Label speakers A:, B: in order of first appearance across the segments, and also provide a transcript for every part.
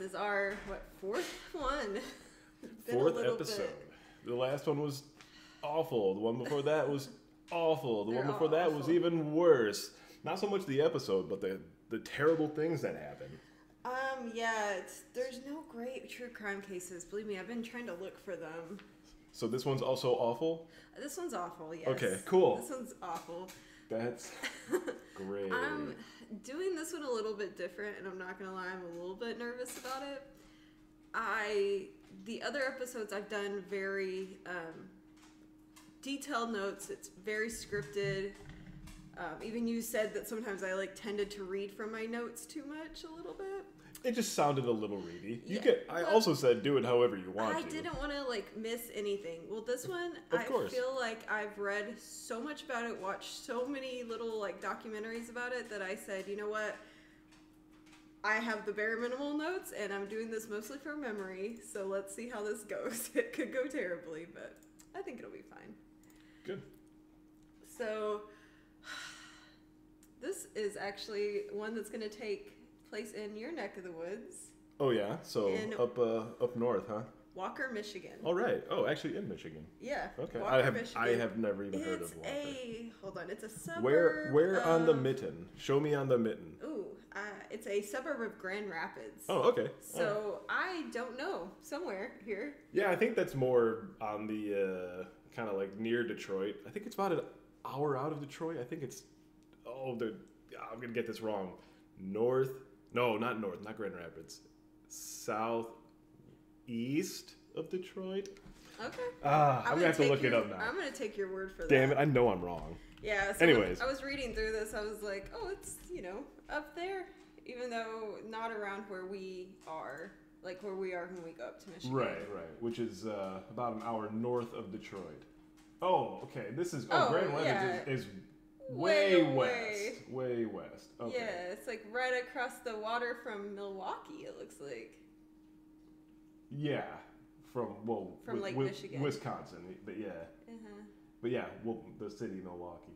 A: is our what fourth one. Been a
B: Fourth
A: little
B: episode.
A: bit.
B: The last one was awful. The one before that was awful. The one
A: They're
B: before that was
A: awful.
B: even worse. Not so much the episode, but the the terrible things that happened.
A: Um, yeah, it's, there's no great true crime cases. Believe me, I've been trying to look for them.
B: So this one's also awful.
A: This one's awful. Yes.
B: Okay, cool.
A: This one's awful.
B: That's great.
A: I'm Um, doing this one a little bit different, and I'm not gonna lie, I'm a little bit nervous about it. I the other episodes I've done very um, detailed notes. It's very scripted. Um, even you said that sometimes I like tended to read from my notes too much a little bit.
B: it just sounded a little reedy. You
A: Yeah.
B: could. I
A: Well,
B: also said do it however you want.
A: I
B: to.
A: didn't want to like miss anything. Well, this one
B: Of
A: I
B: course.
A: feel like I've read so much about it, watched so many little like documentaries about it that I said, you know what? I have the bare minimal notes, and I'm doing this mostly from memory. So let's see how this goes. It could go terribly, but I think it'll be fine.
B: Good.
A: So this is actually one that's going to take place in your neck of the woods,
B: Oh yeah. So
A: In-
B: up uh, up north, huh?
A: Walker, Michigan.
B: All right. Oh, actually in Michigan.
A: Yeah.
B: Okay.
A: Walker,
B: I have
A: Michigan.
B: I have never even heard
A: It's
B: of Walker.
A: a hold on. It's a suburb.
B: Where where on the
A: of-
B: mitten? Show me on the mitten.
A: Ooh, uh, it's a suburb of Grand Rapids.
B: Oh, okay. Alright.
A: So I don't know somewhere here.
B: yeah, I think that's more on the uh, kind of like near Detroit. I think it's about an hour out of Detroit. I think it's oh, the I'm gonna get this wrong. North? No, not north. Not Grand Rapids. South east of Detroit.
A: Okay.
B: Ah, I'm, gonna have to
A: take
B: look it
A: your-
B: up now.
A: I'm gonna take your word for
B: Damn
A: that.
B: it! I know I'm wrong.
A: Yeah. So when
B: Anyways.
A: I was reading through this. I was like, oh, it's you know up there, even though not around where we are, like where we are when we go up to Michigan.
B: Right, right. Which is uh, about an hour north of Detroit. Oh, okay. This is oh,
A: Oh,
B: Grand Rapids
A: yeah.
B: is, is way,
A: Way
B: west, way west. Okay.
A: Yeah, it's like right across the water from Milwaukee. It looks like.
B: Yeah, from well,
A: From,
B: Wi-
A: like,
B: Wi-
A: Michigan.
B: Wisconsin. But yeah,
A: Uh-huh.
B: but yeah, well, the city Milwaukee.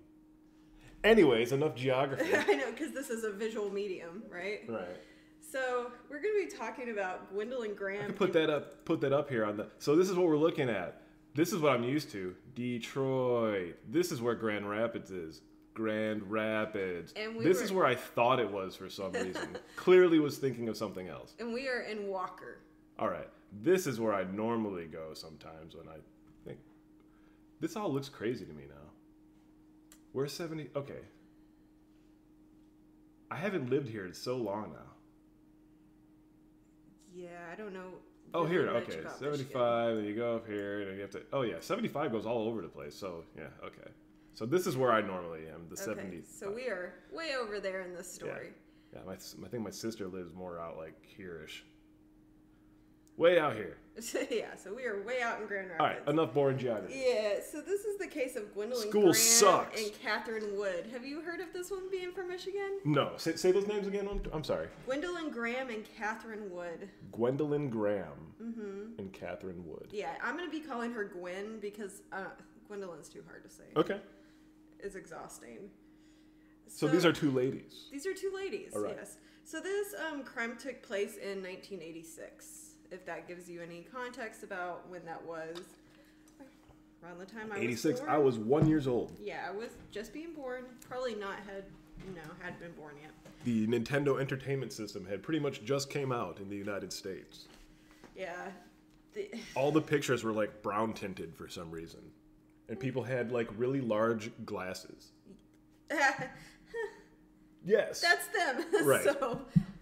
B: Anyways, enough geography.
A: I know, because this is a visual medium, right?
B: right.
A: So we're going to be talking about Gwendolyn
B: I
A: Graham.
B: can put that up. Put that up here on the. So this is what we're looking at. This is what I'm used to. Detroit. This is where Grand Rapids is. Grand Rapids.
A: And we
B: this
A: were-
B: is where I thought it was for some reason. Clearly was thinking of something else.
A: and we are in Walker.
B: All right. This is where I normally go sometimes when I think. This all looks crazy to me now. We're 70. Okay. I haven't lived here in so long now.
A: Yeah, I don't know.
B: Oh,
A: really
B: here,
A: much
B: okay,
A: about Michigan.
B: seventy-five. Then you go up here, and then you have to. Oh yeah, seventy-five goes all over the place. So yeah, okay. So this is where I normally am. The
A: Okay,
B: seventy.
A: so we are way over there in this story.
B: Yeah, my, s- I think my sister lives more out like here-ish. Way out here.
A: So, Yeah, so we are way out in Grand Rapids.
B: All right, enough boring geography.
A: Yeah, so this is the case of Gwendolyn
B: School
A: Graham
B: sucks.
A: and Catherine Wood. Have you heard of this one being from Michigan?
B: No, say, say those names again. I'm, I'm sorry.
A: Gwendolyn Graham and Catherine Wood.
B: Gwendolyn Graham and Catherine Wood.
A: Mm-hmm. Yeah, I'm going to be calling her Gwen because uh, Gwendolyn's too hard to say.
B: Okay,
A: is exhausting.
B: so, these are two ladies.
A: these are two ladies.
B: All right.
A: Yes. So this um, crime took place in 1986. If that gives you any context about when that was, around the time I was
B: Eighty-six.
A: born.
B: I was one years old.
A: Yeah, I was just being born. Probably not had you know had been born yet.
B: The Nintendo Entertainment System had pretty much just came out in the United States.
A: Yeah. The,
B: all the pictures were like brown tinted for some reason and people had like really large glasses yes
A: That's them.
B: Right.
A: so,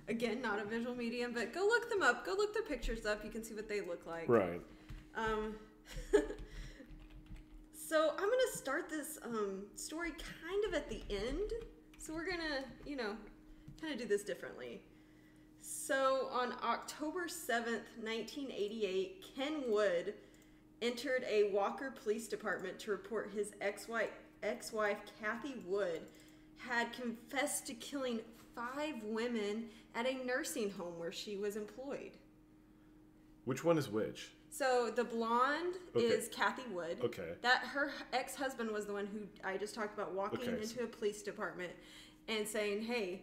A: again, not a visual medium, but go look them up. Go look their pictures up. You can see what they look like.
B: right
A: Um, so I'm gonna start this um, story kind of at the end. So we're gonna, you know, kind of do this differently. So on October 7th, 1988, Ken Wood entered a Walker Police Department to report his ex-wife, ex-wife Kathy Wood had confessed to killing five women at a nursing home where she was employed.
B: which one is which
A: So the blonde
B: Okay.
A: is Kathy Wood.
B: Okay.
A: That her ex husband was the one who I just talked about walking
B: Okay.
A: into a police department and saying, "Hey,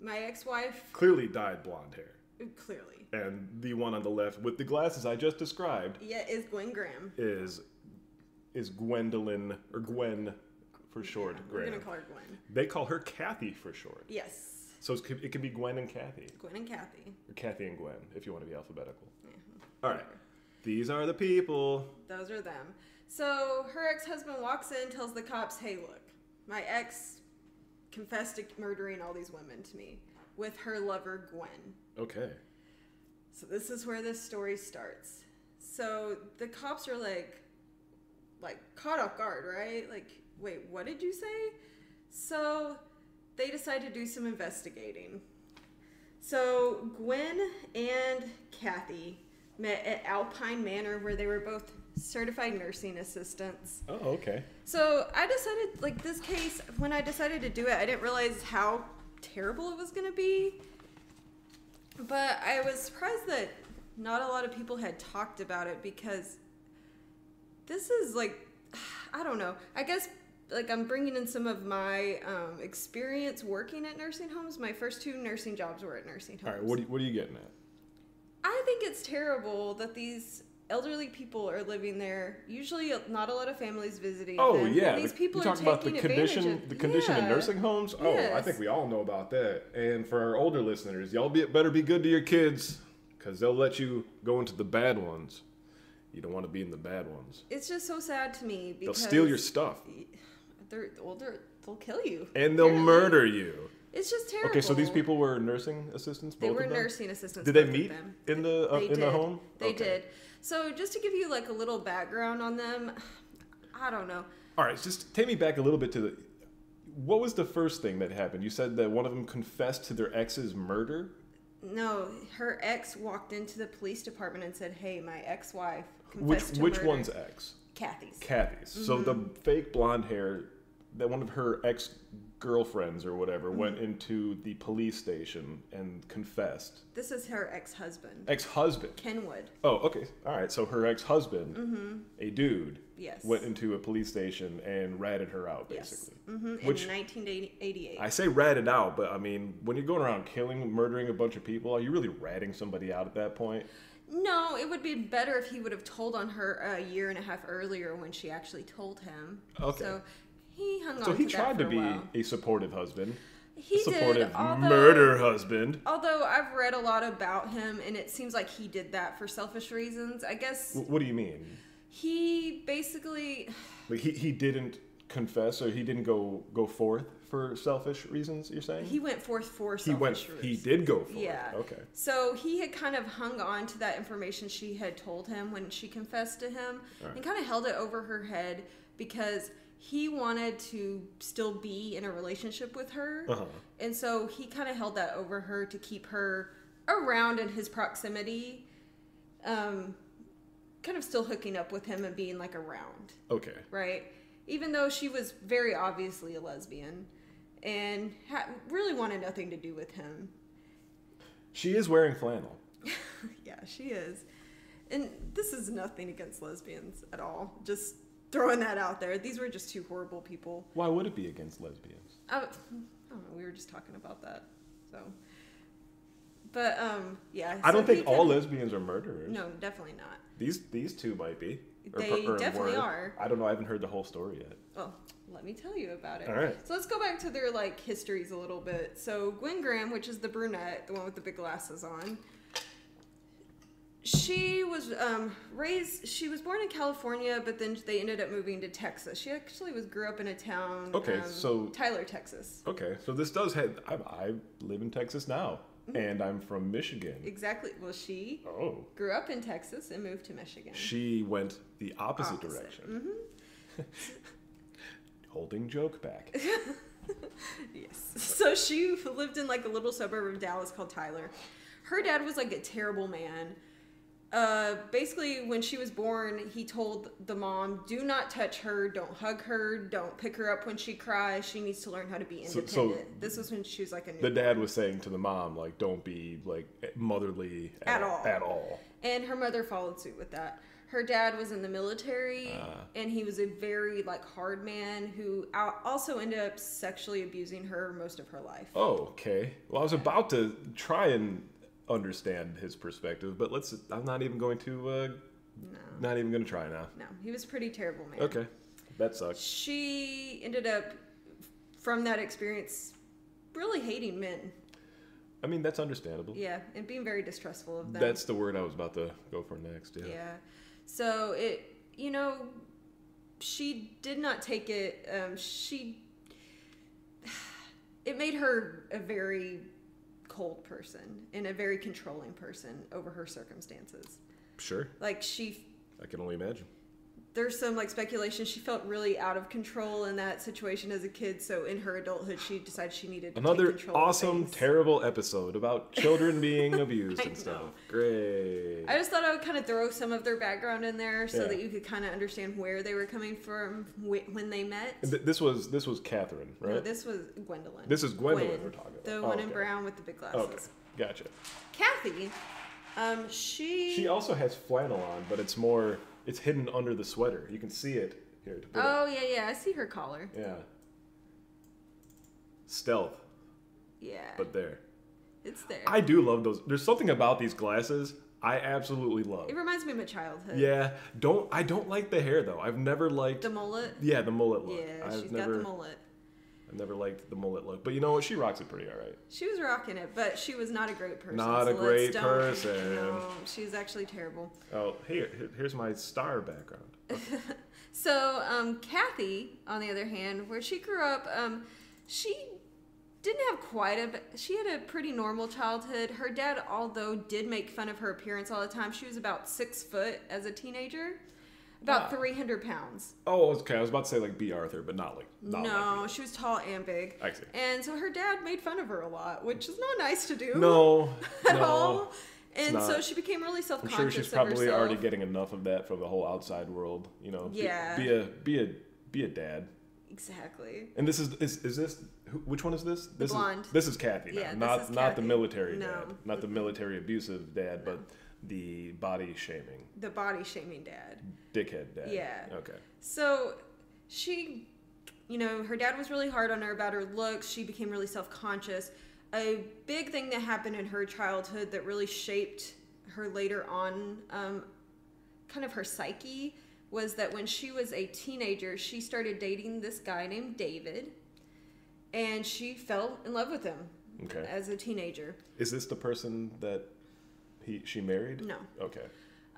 A: my ex wife."
B: clearly dyed blonde hair
A: Clearly.
B: And the one on the left with the glasses I just described
A: Yeah, is Gwen Graham.
B: is is Gwendolyn or Gwen for short.
A: We're
B: Graham.
A: gonna call her Gwen.
B: they call her Kathy for short.
A: Yes.
B: So it's, it can be Gwen and Kathy,
A: Gwen and Kathy.
B: or Kathy and Gwen, if you want to be alphabetical.
A: Yeah.
B: All right, these are the people.
A: Those are them. So her ex-husband walks in, tells the cops, "Hey, look, my ex confessed to murdering all these women to me with her lover Gwen."
B: Okay.
A: So this is where this story starts. So the cops are like, like caught off guard, right? Like, wait, what did you say? So they decide to do some investigating. So Gwen and Kathy met at Alpine Manor, where they were both certified nursing assistants.
B: Oh, okay.
A: So I decided, like, this case, when I decided to do it, I didn't realize how terrible it was going to be. But I was surprised that not a lot of people had talked about it because this is like, I don't know. I guess, like, I'm bringing in some of my um, experience working at nursing homes. My first two nursing jobs were at nursing
B: All
A: homes.
B: right. What are you, what are you getting at?
A: I think it's terrible that these elderly people are living there. Usually, not a lot of families visiting.
B: Oh
A: them.
B: yeah,
A: these
B: the-
A: people
B: you
A: are
B: talking
A: taking
B: about the condition,
A: advantage of
B: the condition in
A: Yeah.
B: nursing homes. Oh, I
A: Yes.
B: think we all know about that. And for our older listeners, y'all be, better be good to your kids, because they'll let you go into the bad ones. You don't want to be in the bad ones.
A: It's just so sad to me
B: They'll
A: because
B: steal your stuff
A: They're older. They'll kill you.
B: and they'll
A: Apparently.
B: murder you.
A: It's just terrible.
B: Okay, so these people were nursing assistants.
A: They
B: Both
A: were
B: of them?
A: nursing assistants.
B: Did they
A: both of
B: meet
A: them.
B: in the uh,
A: they
B: in
A: did.
B: the home?
A: They
B: Okay.
A: did. So just to give you like a little background on them, I don't know.
B: All right, just take me back a little bit to the. What was the first thing that happened? You said that one of them confessed to their ex's murder.
A: No, her ex walked into the police department and said, "Hey, my ex-wife
B: Which
A: confessed to
B: which
A: murder." Mm-hmm.
B: one's ex?
A: Kathy's?"
B: Kathy's. So the fake blonde hair that one of her ex girlfriends or whatever
A: Mm-hmm.
B: went into the police station and confessed.
A: This is her ex-husband,
B: Ex husband.
A: Kenwood.
B: Oh, okay. All right. So her ex husband, a dude,
A: Mm-hmm. Yes.
B: went into a police station and ratted her out,
A: yes.
B: basically.
A: hmm In
B: Which-
A: 1988.
B: I say ratted out, but I mean, when you're going around killing, murdering a bunch of people, are you really ratting somebody out at that point?
A: no, it would be better if he would have told on her a year and a half earlier when she actually told him.
B: Okay.
A: So he hung on.
B: so he
A: to
B: tried
A: that for
B: to be
A: A while.
B: a supportive husband,
A: He
B: a supportive
A: did, although,
B: murder husband.
A: Although I've read a lot about him, and it seems like he did that for selfish reasons. I guess
B: W- What do you mean?
A: he basically
B: Like he, he didn't confess or he didn't go go forth for selfish reasons. You're saying
A: he went forth for
B: he
A: selfish
B: went
A: reasons.
B: he did go forth.
A: Yeah.
B: Okay.
A: So he had kind of hung on to that information she had told him when she confessed to him
B: Alright.
A: and kind of held it over her head because he wanted to still be in a relationship with her.
B: Uh huh.
A: And so he kind of held that over her to keep her around in his proximity. Um, kind of still hooking up with him and being like around
B: Okay.
A: right? Even though she was very obviously a lesbian and ha- really wanted nothing to do with him.
B: She is wearing flannel.
A: yeah, she is. And this is nothing against lesbians at all. Just throwing that out there. These were just two horrible people.
B: Why would it be against lesbians?
A: I, I don't know. We were just talking about that. So, but um, yeah.
B: I
A: so
B: don't
A: he
B: think
A: could-
B: all lesbians are murderers.
A: No, definitely not.
B: These these two might be.
A: They definitely are.
B: I don't know. I haven't heard the whole story yet.
A: Well, Oh, let me tell you about it.
B: All right.
A: So let's go back to their like histories a little bit. So Gwen Graham, which is the brunette, the one with the big glasses on, she was um, raised. She was born in California, but then they ended up moving to Texas. She actually was grew up in a town.
B: Okay,
A: um,
B: so-
A: Tyler, Texas.
B: Okay, so this does have. I, I live in Texas now,
A: Mm-hmm.
B: and I'm from Michigan.
A: Exactly. Well, she
B: Oh,
A: grew up in Texas and moved to Michigan.
B: she went the opposite,
A: Opposite. Mm-hmm.
B: direction. Holding joke back.
A: Yes. So she lived in like a little suburb of Dallas called Tyler. Her dad was like a terrible man. Uh, basically, when she was born, he told the mom, "Do not touch her. Don't hug her. Don't pick her up when she cries. She needs to learn how to be
B: So-
A: independent."
B: so-
A: this was when she was like a
B: The
A: new.
B: dad was saying to the mom, like, don't be like motherly
A: At all.
B: At all.
A: and her mother followed suit with that. Her dad was in the military,
B: Ah.
A: and he was a very like hard man who al- also ended up sexually abusing her most of her life.
B: Oh, okay. Well, I was about to try and understand his perspective, but let's. I'm not even going to. Uh,
A: No,
B: not even going to try now.
A: no, he was a pretty terrible man.
B: Okay, that sucks.
A: She ended up from that experience really hating men.
B: I mean, that's understandable.
A: Yeah, and being very distrustful of them.
B: That's the word I was about to go for next. Yeah.
A: yeah. So it, you know, she did not take it. Um, she, it made her a very cold person and a very controlling person over her circumstances.
B: Sure.
A: Like she
B: I can only imagine.
A: there's some like speculation she felt really out of control in that situation as a kid so in her adulthood she decided she needed to take
B: Another
A: control of
B: awesome,
A: things.
B: terrible episode about children being abused
A: I
B: and stuff.
A: know.
B: Great.
A: i just thought i would kind of throw some of their background in there so
B: Yeah.
A: that you could kind of understand where they were coming from wh- when they met
B: And th- this was this was Catherine, right?
A: no, this was gwendolyn
B: This is Gwendolyn
A: Gwen,
B: we're talking about.
A: the
B: Oh,
A: one in
B: okay.
A: brown with the big glasses
B: okay, gotcha.
A: kathy um she,
B: She also has flannel on, but it's more it's hidden under the sweater. You can see it here. To put it-
A: oh yeah yeah i see her collar
B: Yeah. Stealth,
A: yeah
B: but there.
A: it's there
B: I do love those. There's something about these glasses I absolutely love.
A: it reminds me of my childhood
B: Yeah. Don't I don't like the hair though. I've never liked
A: the mullet
B: yeah the mullet look.
A: yeah
B: I've
A: she's
B: never
A: got the mullet
B: I've never liked the mullet look, but you know what? She rocks it pretty all right.
A: She was rocking it, but she was not a great person.
B: Not
A: so
B: a
A: let's
B: great
A: don't-
B: person.
A: No, she's actually terrible.
B: Oh, here here- here's my star background.
A: So um, Kathy, on the other hand, where she grew up, um, she didn't have quite a. b- She had a pretty normal childhood. Her dad, although, did make fun of her appearance all the time. She was about six foot as a teenager, about
B: Wow.
A: three hundred pounds.
B: Oh, okay. I was about to say like B. Arthur, but not like not
A: no, she was tall and big.
B: like. I see.
A: And so her dad made fun of her a lot, which is not nice to do
B: No,
A: at
B: no.
A: all. And so
B: not.
A: she became really self
B: I'm
A: conscious.
B: sure
A: of
B: she's probably
A: herself.
B: already getting enough of that from the whole outside world. You know, Be-
A: Yeah.
B: Be, a be a be a dad.
A: Exactly.
B: And this is is, is this who, which one is this? This
A: blonde.
B: is this is Kathy. Now.
A: Yeah, this
B: not
A: is
B: not
A: Kathy.
B: the military
A: No.
B: dad, not the military abusive dad, but the body shaming
A: The body shaming dad.
B: dickhead dad.
A: Yeah.
B: Okay.
A: So she, you know, her dad was really hard on her about her looks. She became really self conscious. A big thing that happened in her childhood that really shaped her later on, um, kind of her psyche, was that when she was a teenager, she started dating this guy named David, and she fell in love with him
B: Okay.
A: as a teenager.
B: Is this the person that he she married?
A: No.
B: Okay.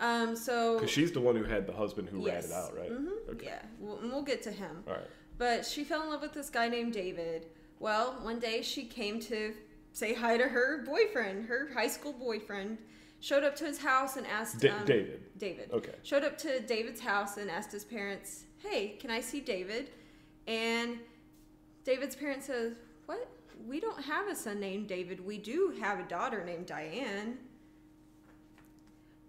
A: Um, so.
B: Because she's the one who had the husband who ran
A: Yes.
B: it out, right?
A: Mhm.
B: Okay.
A: Yeah, we'll, and we'll get to him.
B: All right.
A: But she fell in love with this guy named David. Well, one day she came to say hi to her boyfriend, her high school boyfriend. Showed up to his house and asked
B: Da-
A: um,
B: David.
A: David.
B: Okay.
A: Showed up to David's house and asked his parents, "Hey, can I see David?" And David's parents says, "What? We don't have a son named David. We do have a daughter named Diane."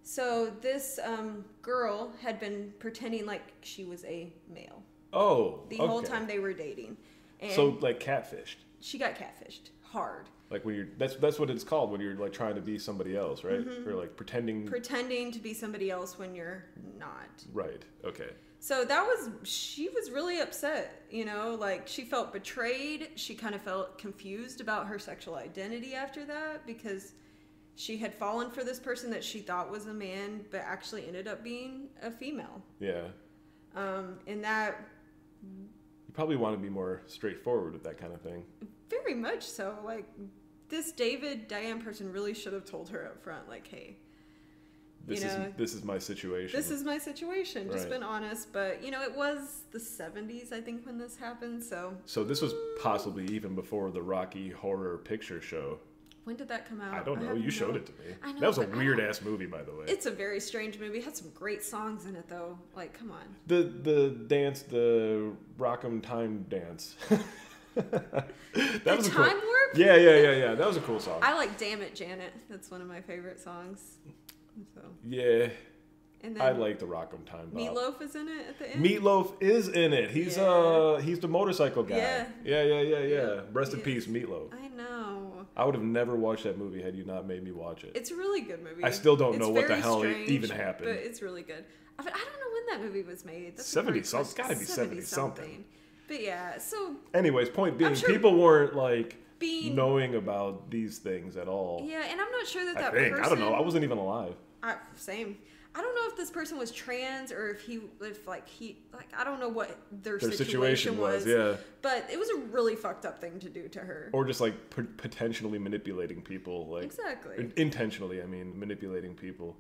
A: So this um, girl had been pretending like she was a male
B: Oh.
A: the
B: okay.
A: whole time they were dating. And
B: So like catfished.
A: she got catfished hard,
B: Like when you're that's that's what it's called when you're like trying to be somebody else, right?
A: Mm-hmm.
B: Or like pretending
A: pretending to be somebody else when you're not.
B: right. Okay.
A: So that was, she was really upset, you know, like she felt betrayed. She kind of felt confused about her sexual identity after that because she had fallen for this person that she thought was a man, but actually ended up being a female.
B: Yeah.
A: Um, and that
B: You probably want to be more straightforward with that kind of thing.
A: very much so, like, this David Diane person really should have told her up front, like, hey,
B: This
A: You know,
B: is this is my situation.
A: This is my situation. Just
B: Right.
A: been honest, but you know, it was the 70s, I think, when this happened. So
B: so this was possibly even before the Rocky Horror Picture Show.
A: when did that come out?
B: I don't know.
A: haven't
B: You showed it to me.
A: I know,
B: that was a
A: but I
B: weird
A: don't-
B: ass movie, by the way.
A: It's a very strange movie. It had some great songs in it, though. Like, come on.
B: the the dance, the Rock'em Time dance. that
A: the
B: was a cool.
A: time warp.
B: Yeah, yeah, yeah, yeah. That was a cool song.
A: I like "Damn It, Janet." That's one of my favorite songs. So,
B: yeah,
A: and
B: I
A: then
B: like the Rock'em Time. Bop.
A: Meatloaf is in it at the end.
B: Meatloaf is in it. He's
A: Yeah.
B: uh he's the motorcycle guy. Yeah,
A: Yeah.
B: yeah, yeah, yeah.
A: Yeah.
B: Rest in
A: Yes.
B: peace, Meatloaf.
A: I know.
B: I would have never watched that movie had you not made me watch it.
A: It's a really good movie.
B: I still don't
A: It's
B: know what the
A: very
B: hell e-
A: strange,
B: even happened.
A: But it's really good. I I don't know when that movie was made. That's a
B: 70
A: great
B: some- it's
A: question.
B: gotta be 70 something.
A: But yeah, so
B: Anyways, point being,
A: sure-
B: people weren't like
A: being
B: knowing about these things at all.
A: yeah, and I'm not sure that
B: I
A: that
B: think
A: person.
B: I don't know. I wasn't even alive.
A: I, same. I don't know if this person was trans or if he, if like he, like I don't know what their,
B: Their
A: situation,
B: situation was, yeah.
A: But it was a really fucked up thing to do to her.
B: Or just like p- potentially manipulating people, like
A: Exactly.
B: in- intentionally. I mean, manipulating people.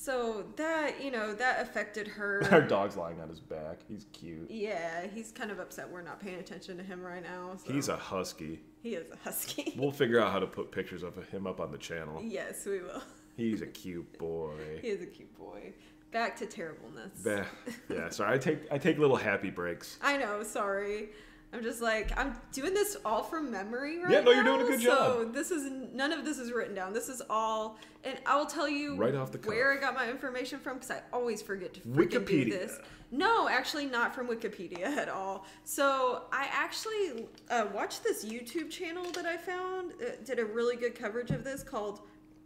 A: So that you know that affected
B: Our
A: her.
B: dog's lying on his back. He's cute.
A: yeah, he's kind of upset we're not paying attention to him right now. So.
B: He's a husky.
A: he is a husky.
B: We'll figure out how to put pictures of him up on the channel.
A: yes, we will.
B: He's a cute boy.
A: He is a cute boy. Back to terribleness.
B: Bah. Yeah, sorry. I take I take little happy breaks.
A: I know. Sorry. I'm just like I'm doing this all from memory right
B: Yeah, no, you're
A: now,
B: doing a good
A: so
B: job.
A: this is none of this is written down. This is all, and I will tell you
B: Right off the cuff.
A: where I got my information from because I always forget to freaking do
B: Wikipedia.
A: this. No, actually, not from Wikipedia at all. So I actually uh, watched this YouTube channel that I found. It did a really good coverage of this called.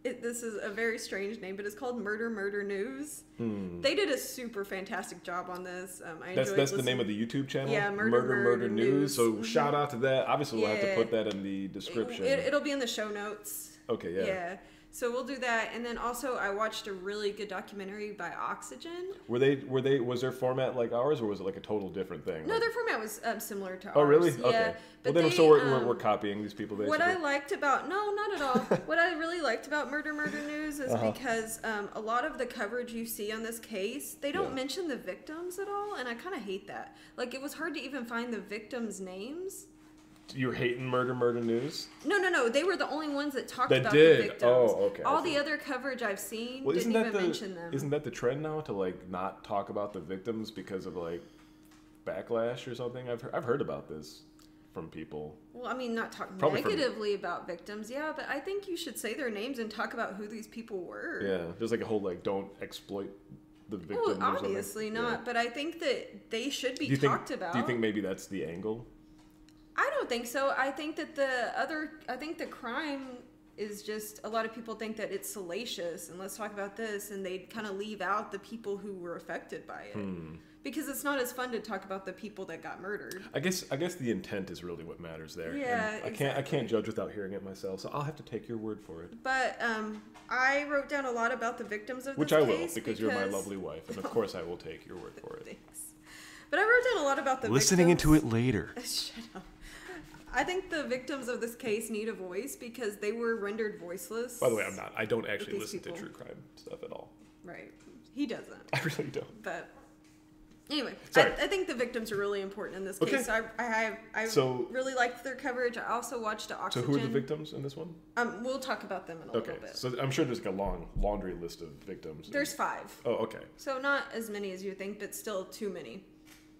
A: It, this is a very strange name, but it's called Murder Murder News. They did a super fantastic job on this. Um, I
B: Hmm. That's
A: enjoyed
B: that's the
A: listening-
B: name of the YouTube channel.
A: Yeah, Murder, Murder News.
B: So
A: Mhm.
B: shout out to that. Obviously, we'll have
A: Yeah.
B: to put that in the description.
A: It, it'll be in the show notes.
B: okay,
A: Yeah.
B: yeah.
A: So we'll do that, and then also I watched a really good documentary by Oxygen.
B: Were they were they was their format like ours or was it like a total different thing?
A: No,
B: Like-
A: their format was um, similar to ours.
B: Oh really?
A: Yeah.
B: okay.
A: But
B: well, then
A: they,
B: so we're,
A: um,
B: we're, we're copying these people. Basically.
A: What I liked about no, not at all. what I really liked about Murder Murder News is
B: Uh-huh.
A: because um, a lot of the coverage you see on this case, they don't
B: Yeah.
A: mention the victims at all, and I kind of hate that. Like it was hard to even find the victims' names.
B: You're hating murder, murder news.
A: No, no, no. They were the only ones that talked
B: That
A: about
B: did.
A: the victims.
B: Oh, okay, I
A: All
B: see.
A: the other coverage I've seen
B: Well,
A: didn't
B: isn't that
A: even
B: the
A: mention them.
B: isn't that the trend now to like not talk about the victims because of like backlash or something? I've heard, I've heard about this from people.
A: Well, I mean, not talk
B: Probably from-
A: negatively about victims, yeah, but I think you should say their names and talk about who these people were.
B: Yeah, there's like a whole like don't exploit the victims. or
A: Well,
B: something.
A: obviously
B: Yeah.
A: not, but I think that they should be
B: do you think,
A: talked about.
B: Do you think maybe that's the angle?
A: I don't think so. I think that the other, I think the crime is just a lot of people think that it's salacious and let's talk about this, and they kind of leave out the people who were affected by it
B: Hmm.
A: because it's not as fun to talk about the people that got murdered.
B: I guess I guess the intent is really what matters there. and
A: Yeah,
B: I can't I can't judge without hearing it myself, so I'll have to take your word for it.
A: But um, I wrote down a lot about the victims of
B: Which
A: this
B: I will,
A: case
B: because, you're my lovely wife, and of course I will take your word for it.
A: Thanks. But I wrote down a lot about the victims.
B: into it later.
A: Shut up. I think the victims of this case need a voice because they were rendered voiceless.
B: By the way, I'm not. I don't actually
A: these
B: listen
A: people.
B: to true crime stuff at all.
A: Right. He doesn't.
B: I really don't.
A: But anyway, I,
B: Sorry.
A: I think the victims are really important in this case.
B: Okay.
A: So I, I, I
B: So-
A: really liked their coverage. I also watched the
B: So
A: Oxygen.
B: who are the victims in this one?
A: Um, we'll talk about them in a
B: Okay,
A: little bit.
B: so I'm sure there's like a long laundry list of victims.
A: There's five.
B: oh, okay,
A: So not as many as you think, but still too many.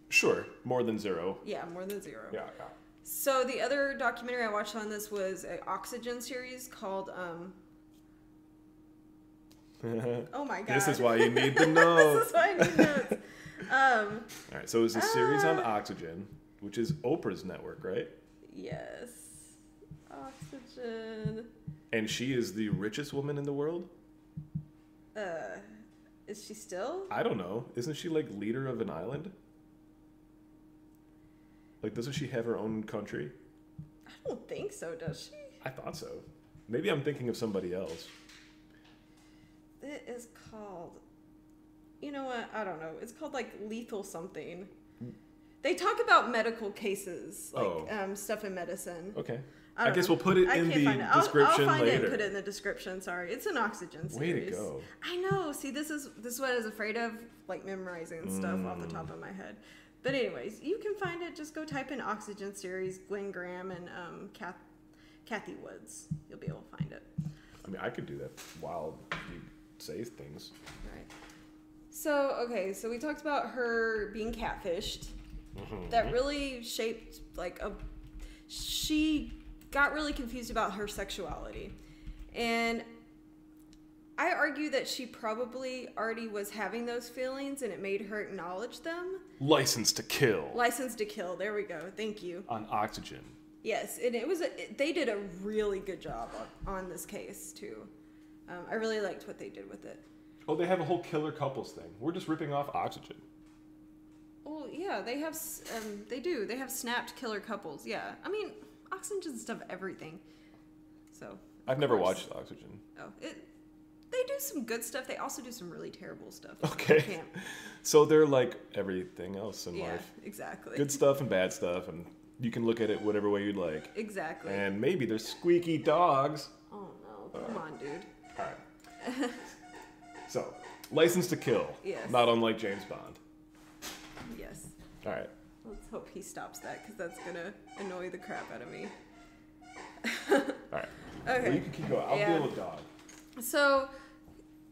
B: sure, more than zero.
A: Yeah, more than zero.
B: Yeah, yeah.
A: So the other documentary I watched on this was an Oxygen series called um, Oh my god.
B: This is Oh. why you need to know.
A: this is why I need notes. Um,
B: All right, so it's a series on
A: Ah.
B: oxygen, which is Oprah's network, right?
A: yes. Oxygen.
B: And she is the richest woman in the world.
A: Uh, is she still?
B: I don't know. Isn't she like leader of an island? Like, doesn't she have her own country?
A: I don't think so, does she?
B: I thought so. Maybe I'm thinking of somebody else.
A: It is called. You know what? I don't know. It's called like lethal something. They talk about medical cases, like
B: Mm. Oh.
A: um, stuff in medicine.
B: Okay.
A: I,
B: I,
A: don't
B: guess
A: know.
B: we'll put it
A: I
B: in
A: can't
B: the
A: find it. I'll-
B: description
A: I'll, find
B: later.
A: it and put it in the description. Sorry, it's an oxygen
B: Way
A: series.
B: to go.
A: I know. See, this is this is what I was afraid of, like memorizing stuff off the top of my head. But anyways, you can find it. Just go type in oxygen series, Glenn Graham and um, Kath, Kathy Woods. You'll be able to find it.
B: I mean, I could do that while you say things.
A: Right. So okay, so we talked about her being catfished. That really shaped like a. She got really confused about her sexuality, and I argue that she probably already was having those feelings, and it made her acknowledge them.
B: License to kill
A: License to kill. There we go. Thank you.
B: on oxygen.
A: Yes, and it was a, it- they did a really good job on, on this case too. Um, I really liked what they did with it.
B: Oh, they have a whole killer couples thing. We're just ripping off oxygen.
A: Well, yeah, they have. s- Um, they do. They have snapped killer couples. Yeah, I mean, Oxygen stuff everything. So
B: I've never
A: course.
B: watched Oxygen.
A: oh, it. They do some good stuff. They also do some really terrible stuff.
B: Okay.
A: Can't-
B: So they're like everything else in
A: Yeah,
B: life.
A: exactly.
B: Good stuff and bad stuff, and you can look at it whatever way you'd like.
A: Exactly.
B: And maybe they're squeaky dogs.
A: oh no, come on, dude.
B: All right. so, License to Kill.
A: Yes.
B: Not unlike James Bond.
A: Yes.
B: All right.
A: Let's hope he stops that because that's gonna annoy the crap out of me.
B: All right.
A: Okay.
B: Well, you can keep going. I'll
A: Yeah.
B: deal with dog.
A: So,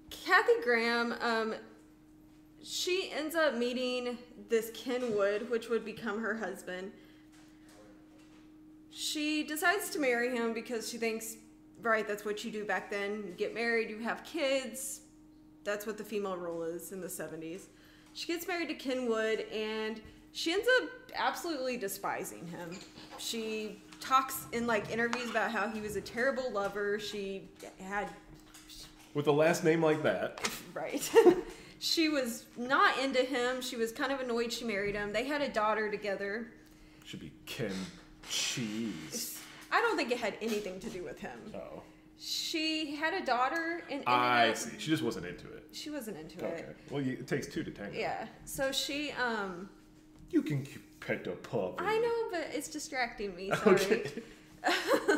A: Kathy Graham, um, she ends up meeting this Ken Wood, which would become her husband. She decides to marry him because she thinks, right, that's what you do back then. You get married, you have kids. That's what the female role is in the 70s. She gets married to Ken Wood and she ends up absolutely despising him. She talks in like interviews about how he was a terrible lover. She had
B: With a last name like that,
A: Right. she was not into him. She was kind of annoyed she married him. They had a daughter together.
B: should be Ken Cheese.
A: I don't think it had anything to do with him.
B: Oh.
A: She had a daughter and ended
B: I
A: up-
B: see. She just wasn't into it.
A: she wasn't into
B: Okay.
A: it.
B: Well, you, it takes two to tango.
A: Yeah. So she um
B: You can keep pet a pup.
A: I know, but it's distracting me. Sorry.
B: Okay.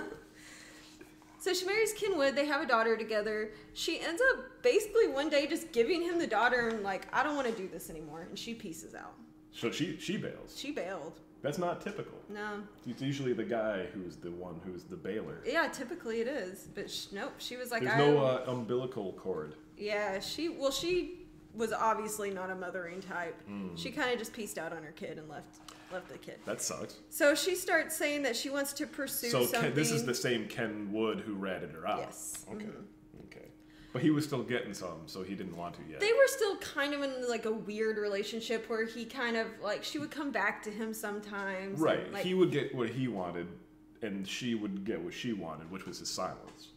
A: So she marries Kenwood. They have a daughter together. She ends up basically one day just giving him the daughter and like, I don't want to do this anymore. And she pieces out.
B: So she she bails.
A: She bailed.
B: That's not typical.
A: No,
B: It's usually the guy who's the one who's the bailer.
A: Yeah, typically it is, but sh- nope. She was like,
B: There's
A: I
B: no uh, umbilical cord.
A: yeah. She well, she was obviously not a mothering type.
B: Mm.
A: She kind of just pieced out on her kid and left left the kid.
B: That sucks.
A: So she starts saying that she wants to pursue
B: So
A: something.
B: Ken, this is the same Ken Wood who ratted her out.
A: Yes. Mm-hmm.
B: Okay. Okay. But he was still getting some, so he didn't want to yet.
A: they were still kind of in like a weird relationship where he kind of like she would come back to him sometimes. and,
B: right.
A: Like,
B: he would get what he wanted, and she would get what she wanted, which was his silence.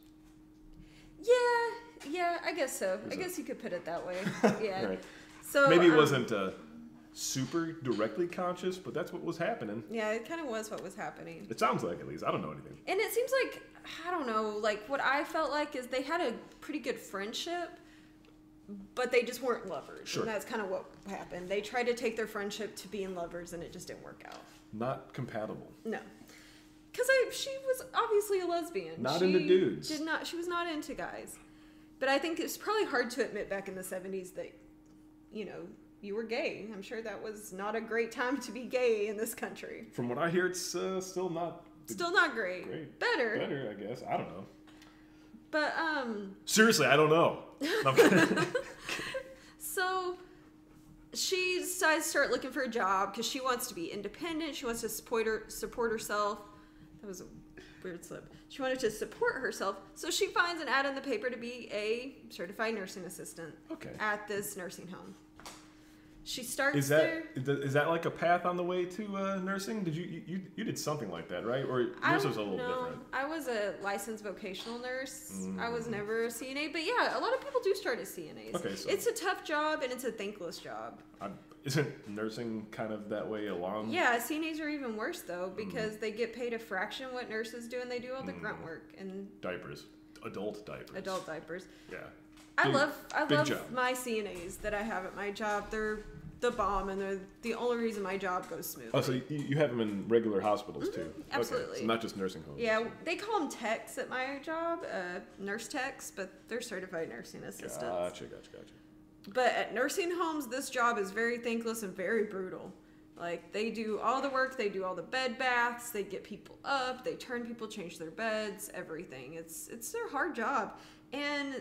A: yeah, yeah. I guess so. I
B: Is it-
A: guess you could put it that way. Yeah.
B: Right.
A: So
B: Maybe it
A: um,
B: wasn't uh, super directly conscious, but that's what was happening.
A: Yeah, it kind of was what was happening.
B: It sounds like, at least. I don't know anything.
A: And it seems like I don't know, like what I felt like is they had a pretty good friendship, but they just weren't lovers.
B: Sure.
A: And that's kind of what happened. They tried to take their friendship to being lovers and it just didn't work out.
B: Not compatible.
A: No. Cuz I she was obviously a lesbian.
B: Not
A: she
B: into dudes.
A: Did not she was not into guys. But I think it's probably hard to admit back in the 70s that you know, you were gay. I'm sure that was not a great time to be gay in this country.
B: From what I hear, it's uh, still not
A: Still not great.
B: Great.
A: Better.
B: better, I guess. I don't know.
A: But um
B: Seriously, I don't know. No, I'm kidding.
A: So she decides to start looking for a job because she wants to be independent. She wants to support her, support herself. That was a weird slip. She wanted to support herself, so she finds an ad in the paper to be a certified nursing assistant
B: okay.
A: at this nursing home. She starts
B: Is
A: there.
B: that is that like a path on the way to uh, nursing? Did you, you you you did something like that, right? Or yours
A: I
B: was a
A: don't
B: little
A: know.
B: different. Mm.
A: I was a licensed vocational nurse. I was never a CNA, but yeah, a lot of people do start as CNAs.
B: Okay, so-
A: It's a tough job and it's a thankless job.
B: i isn't nursing kind of that way along?
A: Yeah, CNAs are even worse though
B: Mm-hmm.
A: because they get paid a fraction what nurses do, and they do all the
B: Mm.
A: grunt work and
B: Diapers, adult diapers.
A: adult diapers.
B: Yeah.
A: I
B: Big-
A: love I
B: big
A: love
B: job.
A: my CNAs that I have at my job. They're the bomb, and they're the only reason my job goes smooth.
B: Oh, so you, you have them in regular hospitals too? Okay,
A: Mm-hmm. absolutely.
B: so not just nursing homes.
A: yeah, they call them techs at my job, uh, nurse techs, but they're certified nursing assistants.
B: Gotcha, gotcha, gotcha.
A: But at nursing homes, this job is very thankless and very brutal. Like they do all the work, they do all the bed baths, they get people up, they turn people, change their beds, everything. It's it's their hard job. And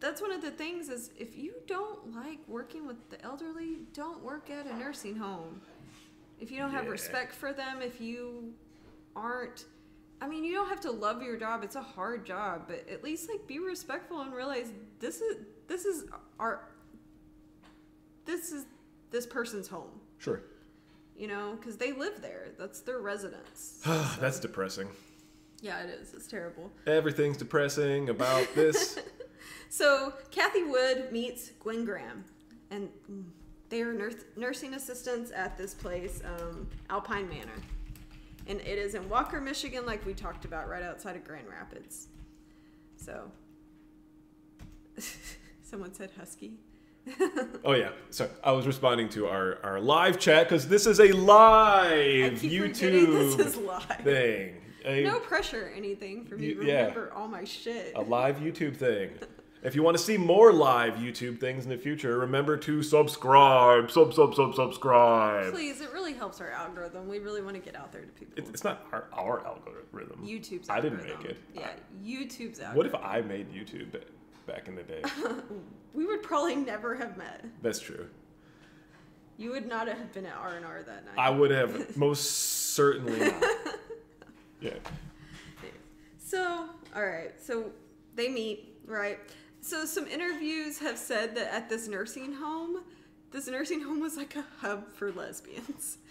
A: that's one of the things is if you don't like working with the elderly, don't work at a nursing home. If you don't have
B: Yeah.
A: respect for them, if you aren't I mean, you don't have to love your job. It's a hard job, but at least like be respectful and realize this is this is our this is this person's home.
B: Sure.
A: You know, because they live there. That's their residence.
B: That's depressing.
A: yeah, it is. It's terrible.
B: Everything's depressing about this.
A: So Kathy Wood meets Gwen Graham, and they are nurse, nursing assistants at this place, um, Alpine Manor. and it is in Walker, Michigan, like we talked about, right outside of Grand Rapids. So, someone said husky.
B: Oh yeah, sorry. I was responding to our, our live chat because this is a live
A: I keep forgetting
B: YouTube
A: this is live.
B: thing. A,
A: No pressure or anything for me to
B: You- yeah.
A: remember all my shit.
B: a live YouTube thing. If you want to see more live YouTube things in the future, remember to subscribe. Sub sub sub subscribe.
A: Please, it really helps our algorithm. We really want to get out there to people.
B: It, it's not our, our algorithm.
A: YouTube's
B: I didn't
A: algorithm.
B: make it.
A: Yeah, YouTube's algorithm.
B: What if I made YouTube ba- back in the day?
A: we would probably never have met.
B: That's true.
A: You would not have been at R and R that night.
B: I would have most certainly not. Yeah.
A: So, all right. So they meet, right? So some interviews have said that at this nursing home, this nursing home was like a hub for lesbians.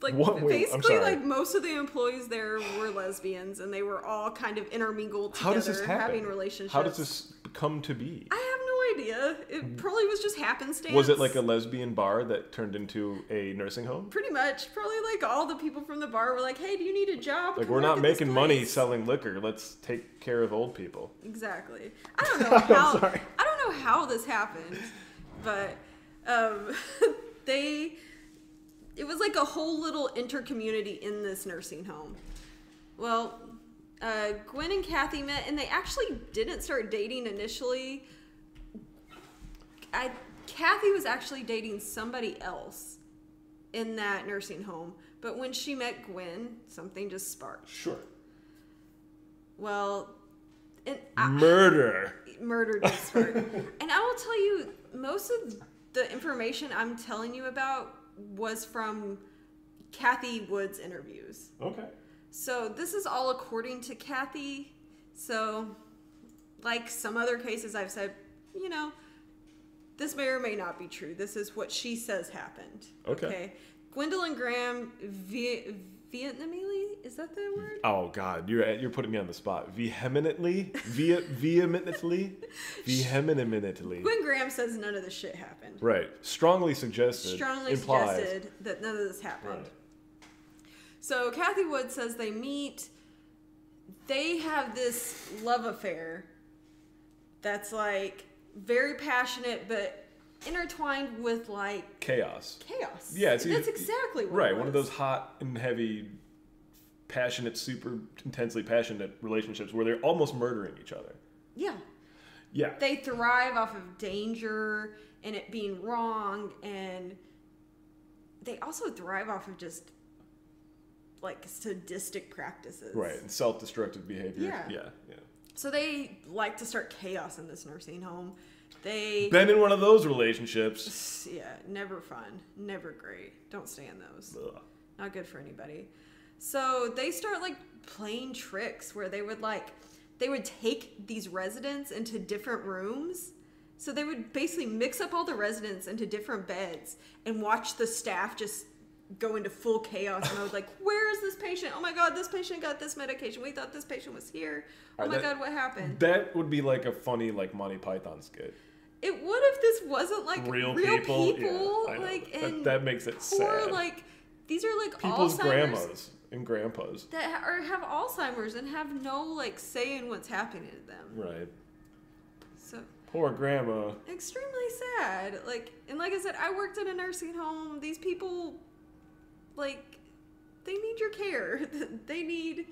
A: Like
B: What? Wait, I'm
A: basically,
B: sorry.
A: like most of the employees there were lesbians, and they were all kind of intermingled together,
B: How does this happen?
A: having relationships.
B: How does this come to be?
A: I have no idea. It probably was just happenstance.
B: Mm-hmm. Was it like a lesbian bar that turned into a nursing home?
A: pretty much probably like all the people from the bar were like, "Hey, do you need a job?"
B: Like
A: Come
B: we're
A: work
B: not
A: at this
B: making money
A: place."
B: selling liquor. Let's take care of old people.
A: Exactly. I don't know how.
B: sorry.
A: I don't know how this happened, but um, they. It was like a whole little intercommunity in this nursing home. Well, uh, Gwen and Kathy met, and they actually didn't start dating initially. I Kathy was actually dating somebody else in that nursing home, but when she met Gwen, something just sparked.
B: Sure.
A: Well, and I,
B: Murder.
A: murdered this bird. and I will tell you, most of the information I'm telling you about was from Kathy Wood's interviews.
B: Okay.
A: So this is all according to Kathy. So, like some other cases I've said, you know, this may or may not be true. This is what she says happened.
B: Okay.
A: Gwendolyn Graham, Vi- Vietnamese? Is that the word?
B: Oh God, you're you're putting me on the spot. Vehemently, via vehemently, vehemently.
A: Gwen Graham says none of this shit happened.
B: Right. Strongly suggested.
A: strongly
B: implies.
A: suggested that none of this happened.
B: Right.
A: So Kathy Wood says they meet. They have this love affair that's like very passionate, but intertwined with like
B: Chaos.
A: chaos.
B: Yeah, it's
A: that's
B: either-
A: exactly what it
B: Right. One of
A: was.
B: those hot and heavy, passionate, super intensely passionate relationships where they're almost murdering each other.
A: Yeah,
B: Yeah.
A: they thrive off of danger and it being wrong, and they also thrive off of just like sadistic practices.
B: Right. And self-destructive behavior.
A: Yeah.
B: Yeah. yeah.
A: So they like to start chaos in this nursing home. They,
B: Been in one of those relationships.
A: yeah, never fun, never great. Don't stay in those.
B: Ugh.
A: Not good for anybody. So they start like playing tricks where they would like, they would take these residents into different rooms. So they would basically mix up all the residents into different beds and watch the staff just go into full chaos mode. Like, where is this patient? Oh my God, this patient got this medication. We thought this patient was here. Oh
B: Are
A: my
B: that-
A: God, what happened?
B: That would be like a funny like Monty Python skit.
A: It would if this wasn't like real,
B: Real
A: people,
B: people, yeah, I know.
A: like
B: That-
A: and
B: that makes it
A: poor,
B: sad.
A: Like these are like
B: People's
A: Alzheimer's
B: grandmas and grandpas.
A: that ha- or have Alzheimer's and have no like say in what's happening to them.
B: Right.
A: So
B: Poor grandma.
A: extremely sad. Like and like I said, I worked in a nursing home. These people, like, they need your care. they need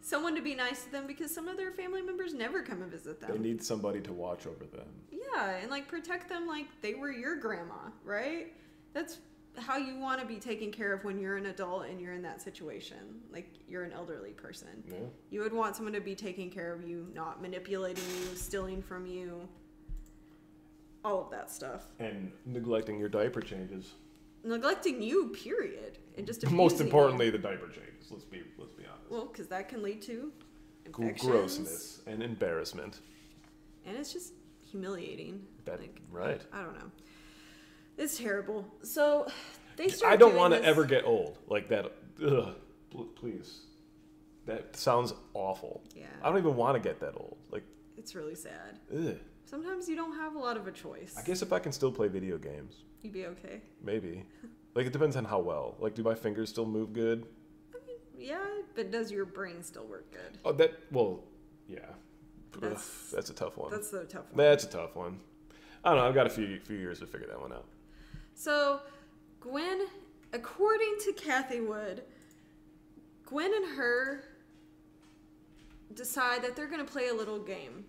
A: someone to be nice to them because some of their family members never come and visit them.
B: They need somebody to watch over them.
A: Yeah, and like protect them like they were your grandma, right? That's how you want to be taken care of when you're an adult and you're in that situation. Like you're an elderly person.
B: Yeah.
A: You would want someone to be taking care of you, not manipulating you, stealing from you, all of that stuff.
B: And neglecting your diaper changes.
A: Neglecting you, period. And just abusing
B: Most
A: you.
B: importantly, the diaper changes. Let's be let's be honest.
A: well, because that can lead to
B: Gr-
A: infections,
B: grossness and embarrassment.
A: and it's just humiliating.
B: That
A: like
B: right.
A: I don't know. It's terrible. So they start.
B: I don't
A: doing
B: want to
A: this-
B: ever get old like that. Ugh, Pl- please. That sounds awful.
A: Yeah.
B: I don't even want to get that old. Like,
A: It's really sad.
B: ugh.
A: Sometimes you don't have a lot of a choice.
B: I guess if I can still play video games,
A: You'd be okay.
B: maybe. Like it depends on how well. Like, do my fingers still move good?
A: I mean, yeah, but does your brain still work good?
B: Oh, that well, yeah. Ugh,
A: That's-
B: That's, a tough one. That's,
A: That's the tough one.
B: a tough one. I don't know. I've got a few few years to figure that one out.
A: So, Gwen, according to Kathy Wood, Gwen and her decide that they're going to play a little game.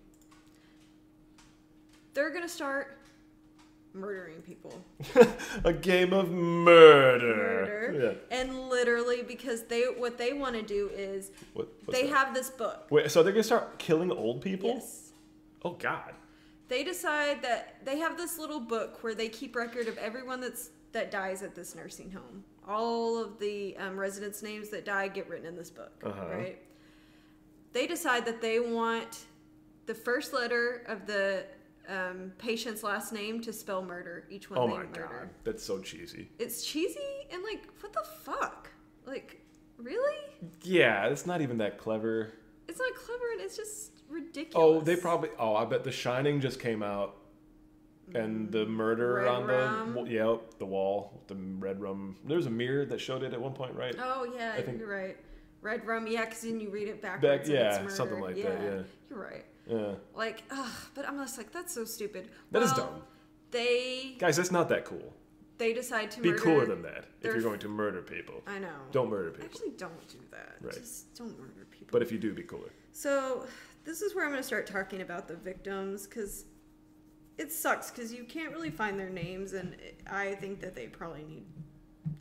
A: They're going to start murdering people.
B: a game of murder.
A: Murder.
B: Yeah.
A: And literally because they what they want to do is
B: What, what's
A: they
B: that?
A: have this book.
B: Wait, so they're gonna start killing old people?
A: Yes.
B: Oh God.
A: They decide that they have this little book where they keep record of everyone that's that dies at this nursing home. All of the um, residents' names that die get written in this book,
B: Uh-huh.
A: right? They decide that they want the first letter of the um, patient's last name to spell murder. Each one
B: Oh
A: they
B: my
A: murder.
B: God. That's so cheesy.
A: It's cheesy and like, what the fuck? Like, really?
B: Yeah, it's not even that clever.
A: It's not clever and it's just ridiculous.
B: Oh, they probably. Oh, I bet The Shining just came out, and the murderer
A: Mm. Red
B: on
A: Rum.
B: the yeah the wall, the red room. There was a mirror that showed it at one point, right?
A: Oh yeah,
B: I think-
A: you're right. Red rum, yeah, 'cause then you read it backwards. and
B: yeah,
A: it's murder.
B: something like that, yeah.
A: you're right.
B: Yeah,
A: Like, ugh, but I'm just like, that's so stupid.
B: That is
A: Well,
B: dumb.
A: They
B: guys, that's not that cool.
A: they decide to
B: Be
A: murder.
B: cooler than that if
A: their-
B: you're going to murder people.
A: I know.
B: Don't murder people.
A: actually don't do that.
B: Right.
A: Just don't murder people.
B: But if you do, be cooler.
A: So, this is where I'm going to start talking about the victims because it sucks because you can't really find their names, and I think that they probably need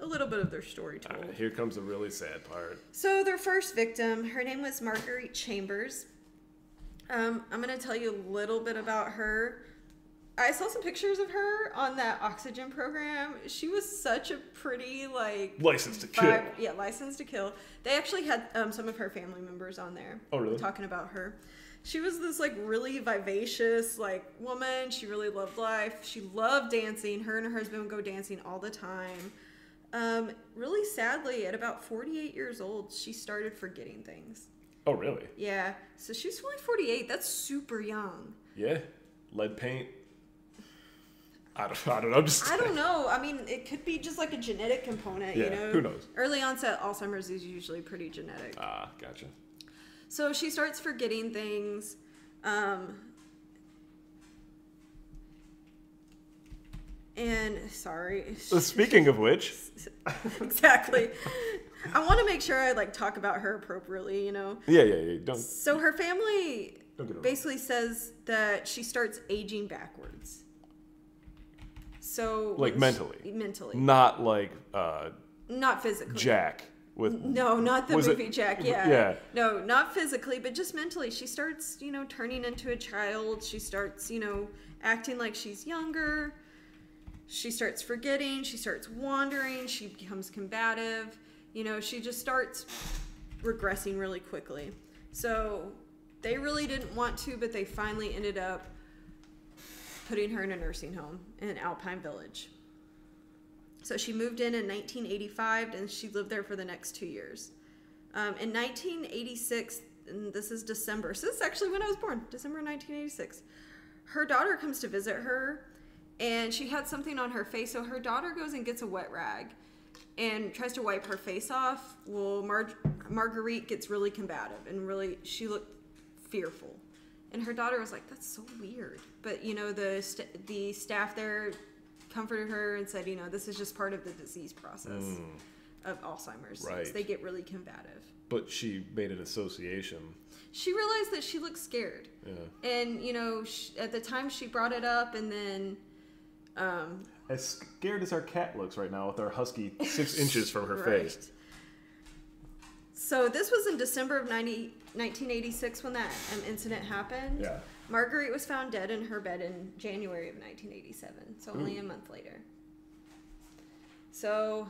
A: a little bit of their story
B: All
A: told.
B: right, here comes the really sad part.
A: So, their first victim, her name was Marguerite Chambers. Um, I'm going to tell you a little bit about her. I saw some pictures of her on that oxygen program. She was such a pretty, like,
B: License to kill.
A: Five- yeah, License to Kill. They actually had um, some of her family members on there.
B: Oh, really?
A: Talking about her. She was this like really vivacious like woman. She really loved life. She loved dancing. Her and her husband would go dancing all the time. Um, really sadly, at about 48 years old, she started forgetting things.
B: Oh, really?
A: Yeah. So she was only 48. That's super young.
B: Yeah. Lead paint. I don't. I don't know. I'm just.
A: I don't know. I mean, it could be just like a genetic component, you
B: Yeah,
A: know?
B: who knows?
A: Early onset Alzheimer's is usually pretty genetic.
B: Ah, gotcha.
A: So she starts forgetting things. Um, and sorry.
B: So speaking of which,
A: exactly. I want to make sure I like talk about her appropriately, you know.
B: yeah, yeah, yeah. Don't
A: So her family
B: don't get it wrong.
A: basically says that she starts aging backwards. So
B: Like mentally?
A: mentally,
B: Not like uh,
A: not physically.
B: Jack with
A: No, not the
B: Was it-
A: movie Jack. Yeah.
B: yeah.
A: No, not physically, but just mentally. She starts, you know, turning into a child. She starts, you know, acting like she's younger. She starts forgetting. She starts wandering. She becomes combative. You know, she just starts regressing really quickly. So they really didn't want to, but they finally ended up putting her in a nursing home in Alpine Village. So she moved in in 1985 and she lived there for the next two years. Um, in 1986, and this is December, so this is actually when I was born, December 1986. Her daughter comes to visit her and she had something on her face. So her daughter goes and gets a wet rag and tries to wipe her face off. Well, Mar- Marguerite gets really combative and really, she looked fearful. And her daughter was like, "That's so weird." But you know, the st- the staff there comforted her and said, "You know, this is just part of the disease process of Alzheimer's.
B: Hmm. Right.
A: They get really combative."
B: But she made an association.
A: She realized that she looked scared,
B: Yeah.
A: and you know, sh at the time she brought it up, and then, um,
B: As scared as our cat looks right now with our husky six inches from her
A: right.
B: face.
A: So this was in December of 90, 1986 when that um, incident happened.
B: Yeah.
A: Marguerite was found dead in her bed in January of 1987, so only
B: Hmm.
A: a month later. So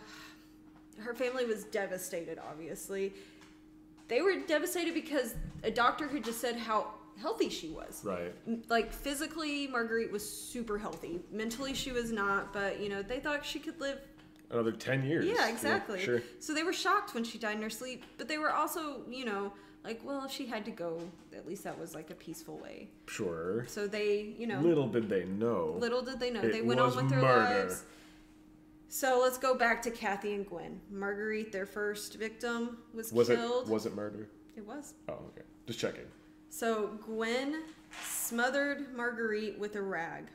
A: her family was devastated, obviously. They were devastated because a doctor had just said how healthy she was.
B: Right.
A: M- Like physically, Marguerite was super healthy. Mentally, she was not, but you know, they thought she could live
B: Another ten years.
A: yeah, exactly.
B: sure.
A: So they were shocked when she died in her sleep, but they were also, you know, like, well, if she had to go, at least that was like a peaceful way.
B: Sure.
A: So they, you know, little,
B: Little did they know.
A: did they know
B: It
A: they went on
B: was
A: with their
B: murder.
A: lives. So let's go back to Kathy and Gwen. Marguerite, their first victim, was,
B: Was
A: killed.
B: it was it murder?
A: it was.
B: Oh, okay. Just checking.
A: So Gwen smothered Marguerite with a rag.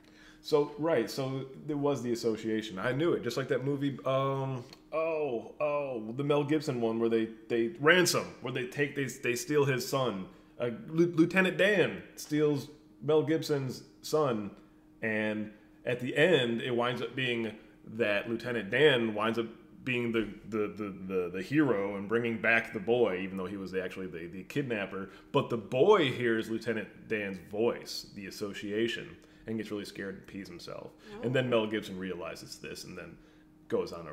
B: So right, so there was the association. I knew it, just like that movie. Um, oh, oh, the Mel Gibson one where they they ransom, where they take they they steal his son. Uh, Lu- Lieutenant Dan steals Mel Gibson's son, and at the end, it winds up being that Lieutenant Dan winds up being the the, the, the, the hero and bringing back the boy, even though he was the, actually the, the kidnapper. But the boy hears Lieutenant Dan's voice, the association, and gets really scared and pees himself. And then Mel Gibson realizes this and then goes on a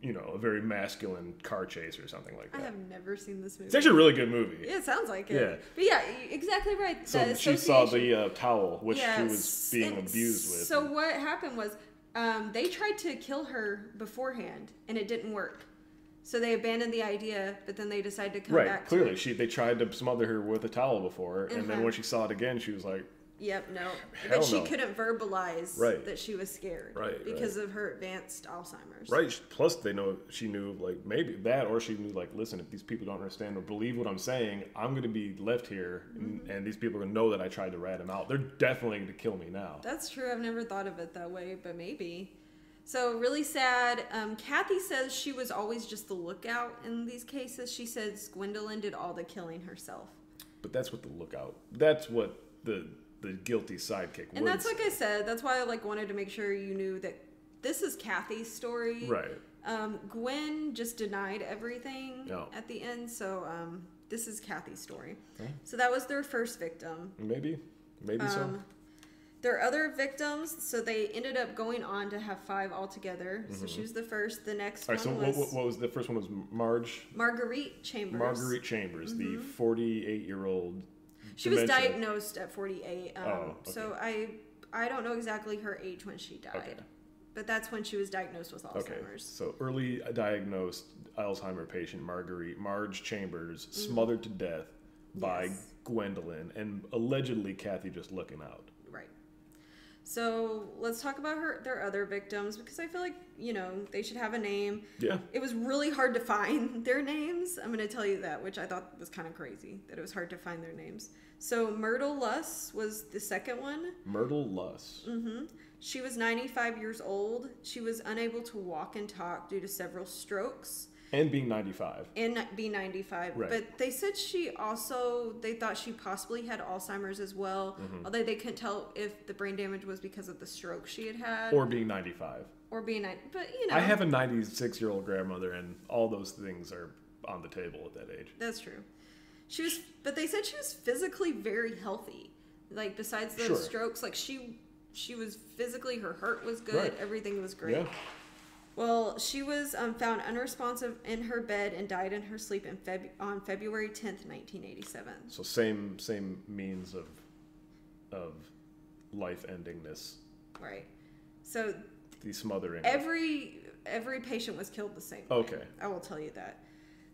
B: you know a very masculine car chase or something like
A: I
B: that.
A: have never seen this movie.
B: it's actually a really good movie.
A: Yeah, it sounds like it.
B: Yeah.
A: But yeah, y- exactly right.
B: So
A: The
B: she saw
A: association-
B: the uh, towel, which she was
A: Yes,
B: being
A: and
B: abused with.
A: So what happened was um, they tried to kill her beforehand, and it didn't work. So they abandoned the idea, but then they decided to come
B: right,
A: back. To
B: clearly,
A: it.
B: she they tried to smother her with a towel before, and then
A: Uh-huh.
B: when she saw it again, she was like,
A: Yep, no.
B: Hell
A: but she
B: no.
A: couldn't verbalize
B: Right.
A: that she was scared
B: Right, right.
A: because of her advanced Alzheimer's.
B: Right. sh- Plus, they know she knew like maybe that, or she knew like, listen, if these people don't understand or believe what I'm saying, I'm going to be left here,
A: Mm-hmm.
B: and, and these people are going to know that I tried to rat them out. They're definitely going to kill me now.
A: That's true. I've never thought of it that way, but maybe. So really sad. Um, Kathy says she was always just the lookout in these cases. She says Gwendolyn did all the killing herself.
B: But that's what the lookout. That's what the the guilty sidekick.
A: And
B: would
A: that's
B: say.
A: like I said, that's why I like wanted to make sure you knew that this is Kathy's story.
B: right.
A: Um, Gwen just denied everything
B: Yeah.
A: at the end, so um, this is Kathy's story.
B: Okay.
A: So that was their first victim.
B: Maybe, maybe so.
A: Um, there are other victims, so they ended up going on to have five altogether. So she was the first. The next
B: Mm-hmm. All
A: one
B: right. So
A: was
B: what, what, what was the first one? Was Marge
A: Marguerite Chambers.
B: Marguerite Chambers, the 48 year old.
A: Mm-hmm. She was
B: dementia.
A: diagnosed at 48. Um,
B: Oh, okay.
A: So I I don't know exactly her age when she died,
B: Okay.
A: but that's when she was diagnosed with
B: Okay,
A: Alzheimer's.
B: so early diagnosed Alzheimer patient Marguerite Marge Chambers smothered to death by
A: Mm-hmm. Yes.
B: Gwendolyn and allegedly Kathy just looking out.
A: Right. So let's talk about her their other victims because I feel like you know they should have a name.
B: Yeah,
A: It was really hard to find their names. I'm going to tell you that, which I thought was kind of crazy that it was hard to find their names. So Myrtle Luss was the second one.
B: Myrtle Luss.
A: Mm. She was 95 years old. She was unable to walk and talk due to several strokes
B: and being 95.
A: and B95.
B: Right.
A: But they said she also they thought she possibly had Alzheimer's as well,
B: Mm-hmm.
A: although they couldn't tell if the brain damage was because of the stroke she had had
B: Or being 95.
A: or B9. But you know,
B: I have a 96 year old grandmother, and all those things are on the table at that age.
A: That's true. She was, but they said she was physically very healthy. Like besides those
B: Sure.
A: strokes, like she she was physically her heart was good,
B: Right.
A: everything was great.
B: Yeah.
A: Well, she was um, found unresponsive in her bed and died in her sleep in Feb- on February tenth, nineteen eighty seven.
B: So same same means of of life endingness.
A: Right. So
B: The smothering.
A: every every patient was killed the same. way.
B: okay.
A: I will tell you that.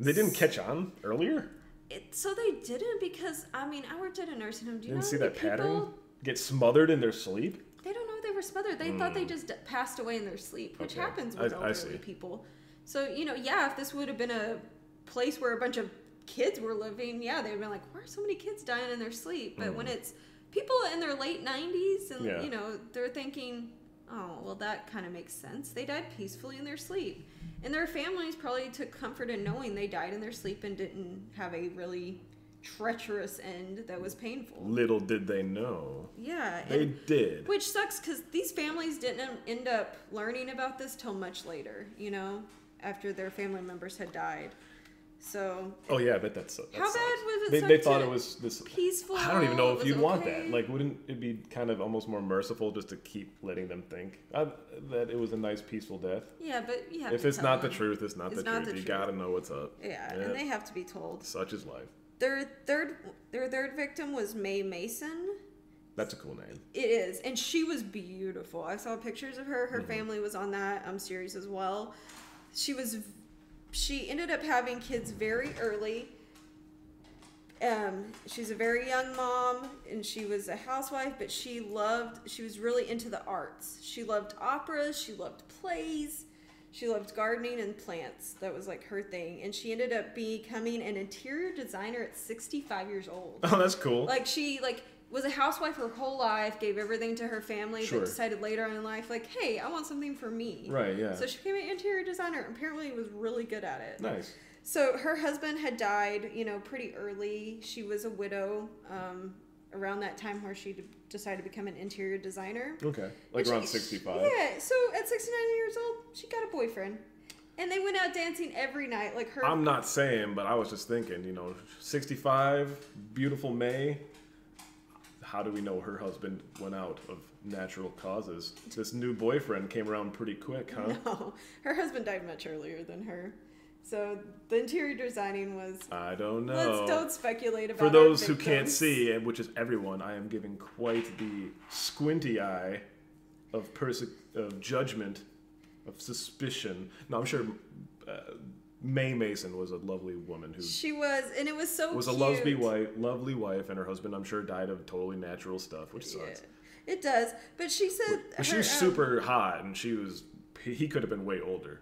B: They didn't catch on earlier?
A: It, so they didn't because I mean I worked at a nursing home. Do you
B: Didn't
A: know how
B: see
A: many
B: that pattern?
A: people
B: Get smothered in their sleep?
A: They don't know they were smothered. They thought they just d- passed away in their sleep, which
B: Hmm. Okay.
A: happens with
B: I- I
A: elderly
B: see.
A: people. So you know, yeah, if this would have been a place where a bunch of kids were living, yeah, they'd been like, "Why are so many kids dying in their sleep?" But when it's people in their late nineties, and
B: Hmm. Yeah.
A: you know, they're thinking, "Oh, well, that kind of makes sense." They died peacefully in their sleep, and their families probably took comfort in knowing they died in their sleep and didn't have a really treacherous end that was painful.
B: Little did they know.
A: Yeah, and-
B: They did.
A: which sucks because these families didn't end up learning about this till much later, you know, after their family members had died. So
B: Oh yeah, I bet that's. That
A: How
B: sucks.
A: bad was it
B: They,
A: suck
B: they thought
A: to-
B: it was this.
A: peaceful.
B: I don't even know
A: it
B: if
A: was
B: you'd want
A: okay.
B: that. Like, wouldn't it be kind of almost more merciful just to keep letting them think uh, that it was a nice, peaceful death?
A: yeah, but you have
B: If
A: to
B: it's
A: tell
B: not the
A: them.
B: truth, it's not
A: It's
B: the
A: not
B: truth.
A: the
B: you
A: truth.
B: gotta know what's up.
A: Yeah,
B: Yeah.
A: and they have to be told.
B: Such is life.
A: Their third, their third victim was Mae Mason.
B: That's a cool name.
A: It is, and she was beautiful. I saw pictures of her. Her family was on that um, series as well. She was, she ended up having kids very early. Um, she's a very young mom, and she was a housewife. But she loved. She was really into the arts. She loved opera. She loved plays. She loved gardening and plants. That was like her thing. And she ended up becoming an interior designer at 65 years old.
B: Oh, that's cool.
A: like she like was a housewife her whole life, gave everything to her family,
B: Sure.
A: but decided later on in life like, "Hey, I want something for me."
B: right, yeah.
A: So she became an interior designer. and Apparently, was really good at it.
B: nice.
A: So her husband had died, you know, pretty early. She was a widow um, around that time where she d- decided to become an interior designer.
B: Okay. Like
A: And
B: around
A: she-
B: 65.
A: Yeah. So at 69 years old, she got a boyfriend. And they went out dancing every night. Like her.
B: I'm not saying, but I was just thinking, you know, 65, beautiful May. How do we know her husband went out of natural causes? This new boyfriend came around pretty quick, huh?
A: No. Her husband died much earlier than her. So the interior designing was.
B: I don't know.
A: Let's don't speculate about
B: Oh. For
A: our
B: those who can't
A: victims.
B: see, and which is everyone, I am giving quite the squinty eye of perse- of judgment, of suspicion. No, I'm sure uh, May Mason was a lovely woman who
A: She was, and it was so.
B: was a
A: cute.
B: lovely wife, lovely wife, and her husband, I'm sure, died of totally natural stuff, which
A: Yeah.
B: sucks.
A: It does, but she said
B: But she
A: her,
B: was
A: um,
B: super hot, and she was he could have been way older.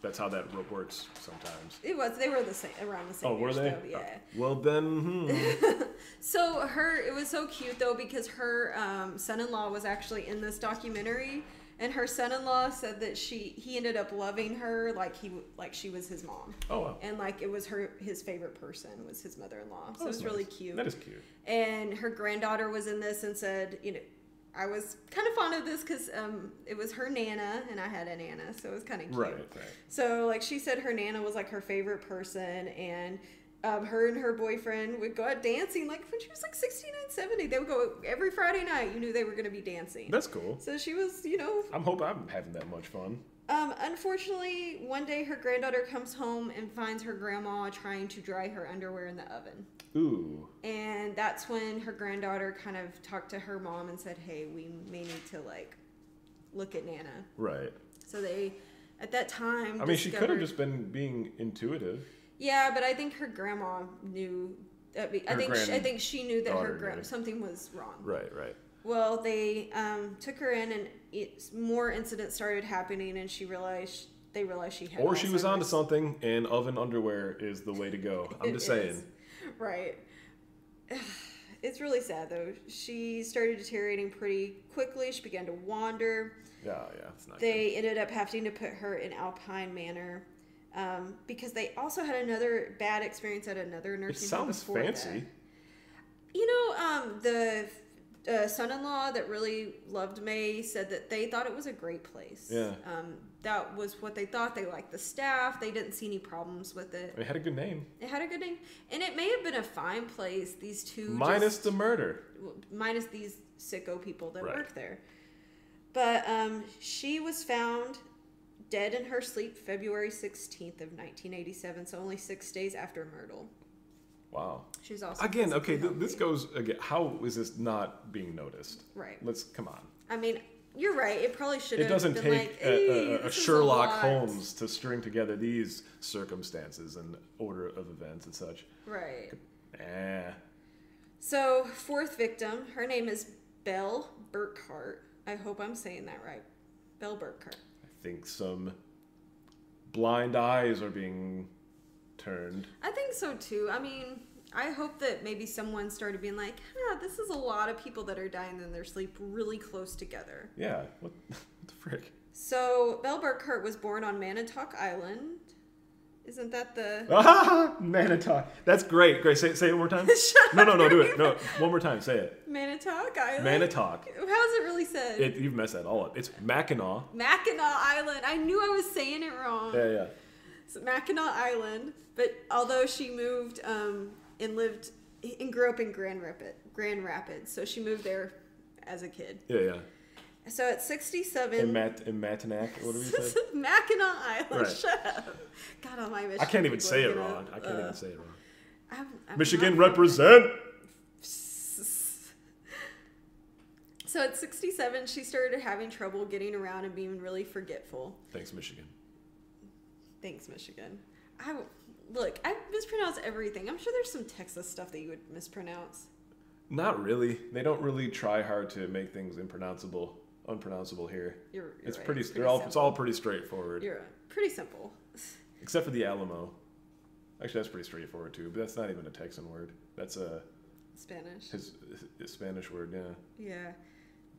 B: That's how that ro- works sometimes.
A: It was. They were the same around the same.
B: Oh, were
A: age,
B: they?
A: Though, yeah.
B: Oh, Well then, hmm.
A: So her, it was so cute though because her um, son-in-law was actually in this documentary, and her son-in-law said that she he ended up loving her like he w- like she was his mom,
B: oh wow,
A: and like it was her his favorite person was his mother-in-law. So
B: That's
A: it was really
B: Oh, nice.
A: cute.
B: That is cute.
A: and her granddaughter was in this and said, you know, I was kind of fond of this because um, it was her nana and I had a nana, so it was kind of cute.
B: Right, right.
A: So, like she said, her nana was like her favorite person, and um, her and her boyfriend would go out dancing. Like when she was like 69, 70, they would go every Friday night. You knew they were going to be dancing.
B: That's cool.
A: so she was, you know,
B: I'm hope I'm having that much fun.
A: um, unfortunately, one day her granddaughter comes home and finds her grandma trying to dry her underwear in the oven.
B: Ooh,
A: And that's when her granddaughter kind of talked to her mom and said, hey, we may need to like look at Nana.
B: right.
A: So they, at that time,
B: I mean, she could have
A: discovered-
B: just been being intuitive.
A: Yeah, but I think her grandma knew. I, mean, I
B: Her
A: think she, I
B: grand-
A: think she knew that her
B: daughter
A: gra-
B: knew.
A: something was wrong.
B: Right, right.
A: Well, they um, took her in, and it's more incidents started happening, and she realized they realized she had.
B: Or she was onto
A: Alzheimer's.
B: something, and oven underwear is the way to go. I'm
A: It is.
B: just saying.
A: Right. It's really sad though. She started deteriorating pretty quickly. She began to wander.
B: Yeah, yeah, it's not.
A: They ended up having to put her in Alpine Manor um, because they also had another bad experience at another
B: good. It
A: nursing home.
B: sounds
A: before
B: fancy.
A: that. You know, um, the uh, son-in-law that really loved May said that they thought it was a great place.
B: Yeah.
A: Um, that was what they thought. They liked the staff. They didn't see any problems with it.
B: It had a good name.
A: It had a good name, and it may have been a fine place. These two
B: Minus
A: just-
B: the murder.
A: w- minus these sicko people that
B: Right.
A: work there. But um, she was found dead in her sleep February 16th of 1987, so only six days after Myrtle.
B: Wow.
A: She was also
B: Again,
A: physically
B: okay, th- this
A: healthy.
B: goes again. How is this not being noticed?
A: right.
B: Let's come on.
A: I mean, you're right. It probably should
B: It
A: have.
B: doesn't
A: been
B: take
A: like, "Hey,
B: a, a, a
A: this is
B: Sherlock
A: lot."
B: Holmes to string together these circumstances and order of events and such.
A: Right.
B: Eh.
A: So fourth victim, her name is Belle Burkhart. I hope I'm saying that right. Belle Burkhart.
B: I think some blind eyes are being turned.
A: I think so too. I mean, I hope that maybe someone started being like, huh, this is a lot of people that are dying in their sleep really close together.
B: Yeah, what, what the frick?
A: So, Belle Burkhart was born on Manitowoc Island. Isn't that the.
B: Ah, Manitowoc. That's great. Great. Say, say it one more time.
A: Shut
B: no, no,
A: up,
B: no. Do
A: you're
B: it. No, one more time. Say it.
A: Manitowoc Island?
B: Manitowoc.
A: How is it really said?
B: It, you've messed that all up. It's Mackinac.
A: Mackinac Island. I knew I was saying it wrong.
B: Yeah, yeah.
A: So Mackinac Island, but although she moved um, and lived and grew up in Grand, Rapid, Grand Rapids, so she moved there as a kid.
B: Yeah, yeah.
A: So at 67,
B: In, Mat- in Matinac, or whatever you
A: This
B: say.
A: is Mackinac Island.
B: Right.
A: Shut up. God almighty.
B: I can't even
A: people
B: say
A: are
B: it
A: gonna,
B: wrong. I can't
A: uh,
B: even say it wrong.
A: I'm, I'm
B: Michigan
A: not-
B: represent.
A: So at 67, she started having trouble getting around and being really forgetful.
B: Thanks, Michigan.
A: Thanks, Michigan. I w- look. I mispronounce everything. I'm sure there's some Texas stuff that you would mispronounce.
B: Not really. They don't really try hard to make things impronounceable. unpronounceable here.
A: You're, you're
B: It's
A: right.
B: pretty, they're all it's
A: simple.
B: all pretty straightforward.
A: You're right. pretty simple.
B: Except for the Alamo. Actually, that's pretty straightforward too, but that's not even a Texan word. That's a
A: Spanish.
B: his, his Spanish word, yeah.
A: Yeah.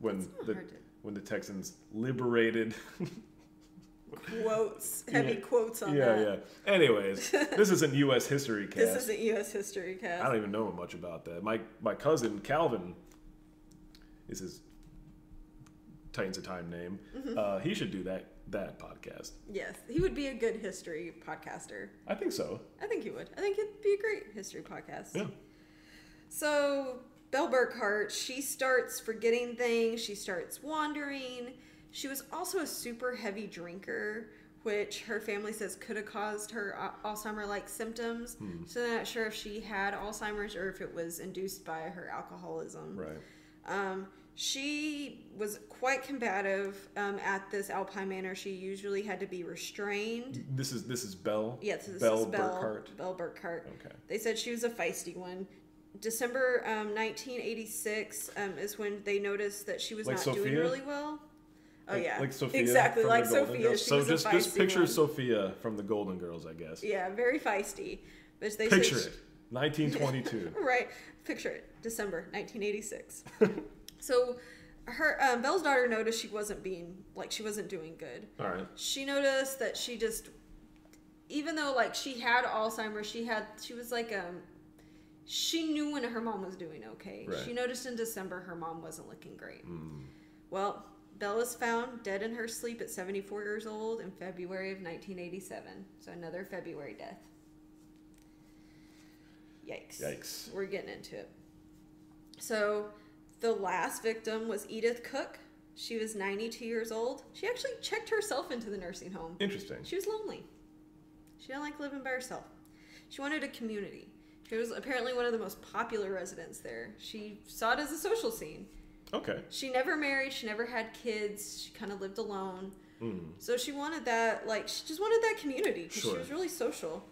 B: When
A: It's not
B: the
A: hard
B: when the Texans liberated
A: to quotes heavy
B: Yeah.
A: quotes on
B: Yeah,
A: that.
B: yeah. Anyways, this isn't US history cast.
A: This isn't U.S. history
B: I
A: cast.
B: don't even know much about that. My my cousin Calvin is his Titans of Time name.
A: Mm-hmm.
B: Uh, he should do that that podcast.
A: Yes, he would be a good history podcaster.
B: I think so.
A: I think he would. I think it'd be a great history podcast.
B: Yeah.
A: So Belle Burkhart, she starts forgetting things. She starts wandering. She was also a super heavy drinker, which her family says could have caused her uh, Alzheimer-like symptoms.
B: Hmm.
A: So they're not sure if she had Alzheimer's or if it was induced by her alcoholism.
B: Right.
A: Um, she was quite combative um, at this Alpine Manor. She usually had to be restrained.
B: This is this is Bell.
A: Yes, this
B: Bell
A: is Belle
B: Burkhart.
A: Belle Burkhart.
B: Okay.
A: They said she was a feisty one. December um, 1986 um, is when they noticed that she was
B: Like
A: not doing
B: Sophia?
A: really well. Oh
B: Like-
A: yeah,
B: Like Sophia.
A: exactly
B: from
A: like
B: the Golden
A: Sophia.
B: Girls.
A: She
B: so
A: was
B: just
A: a feisty
B: just picture
A: one.
B: Sophia from the Golden Girls, I guess.
A: Yeah, very feisty. But they
B: Picture
A: said
B: it. 1922.
A: right. Picture it. December 1986. so her um, Belle's daughter noticed she wasn't being like she wasn't doing good.
B: All right.
A: she noticed that she just even though like she had alzheimer's she had she was like um she knew when her mom was doing okay
B: Right. Hmm.
A: she noticed in december her mom wasn't looking great well belle was found dead in her sleep at 74 years old in february of 1987 so another february death yikes
B: Yikes.
A: we're getting into it so the last victim was Edith Cook. She was 92 years old. She actually checked herself into the nursing home.
B: Interesting.
A: She was lonely. She didn't like living by herself. She wanted a community. She was apparently one of the most popular residents there. She saw it as a social scene.
B: Okay.
A: She never married, she never had kids, she kind of lived alone.
B: Mm.
A: So she wanted that, like, she just wanted that community 'cause she
B: Sure.
A: was really social.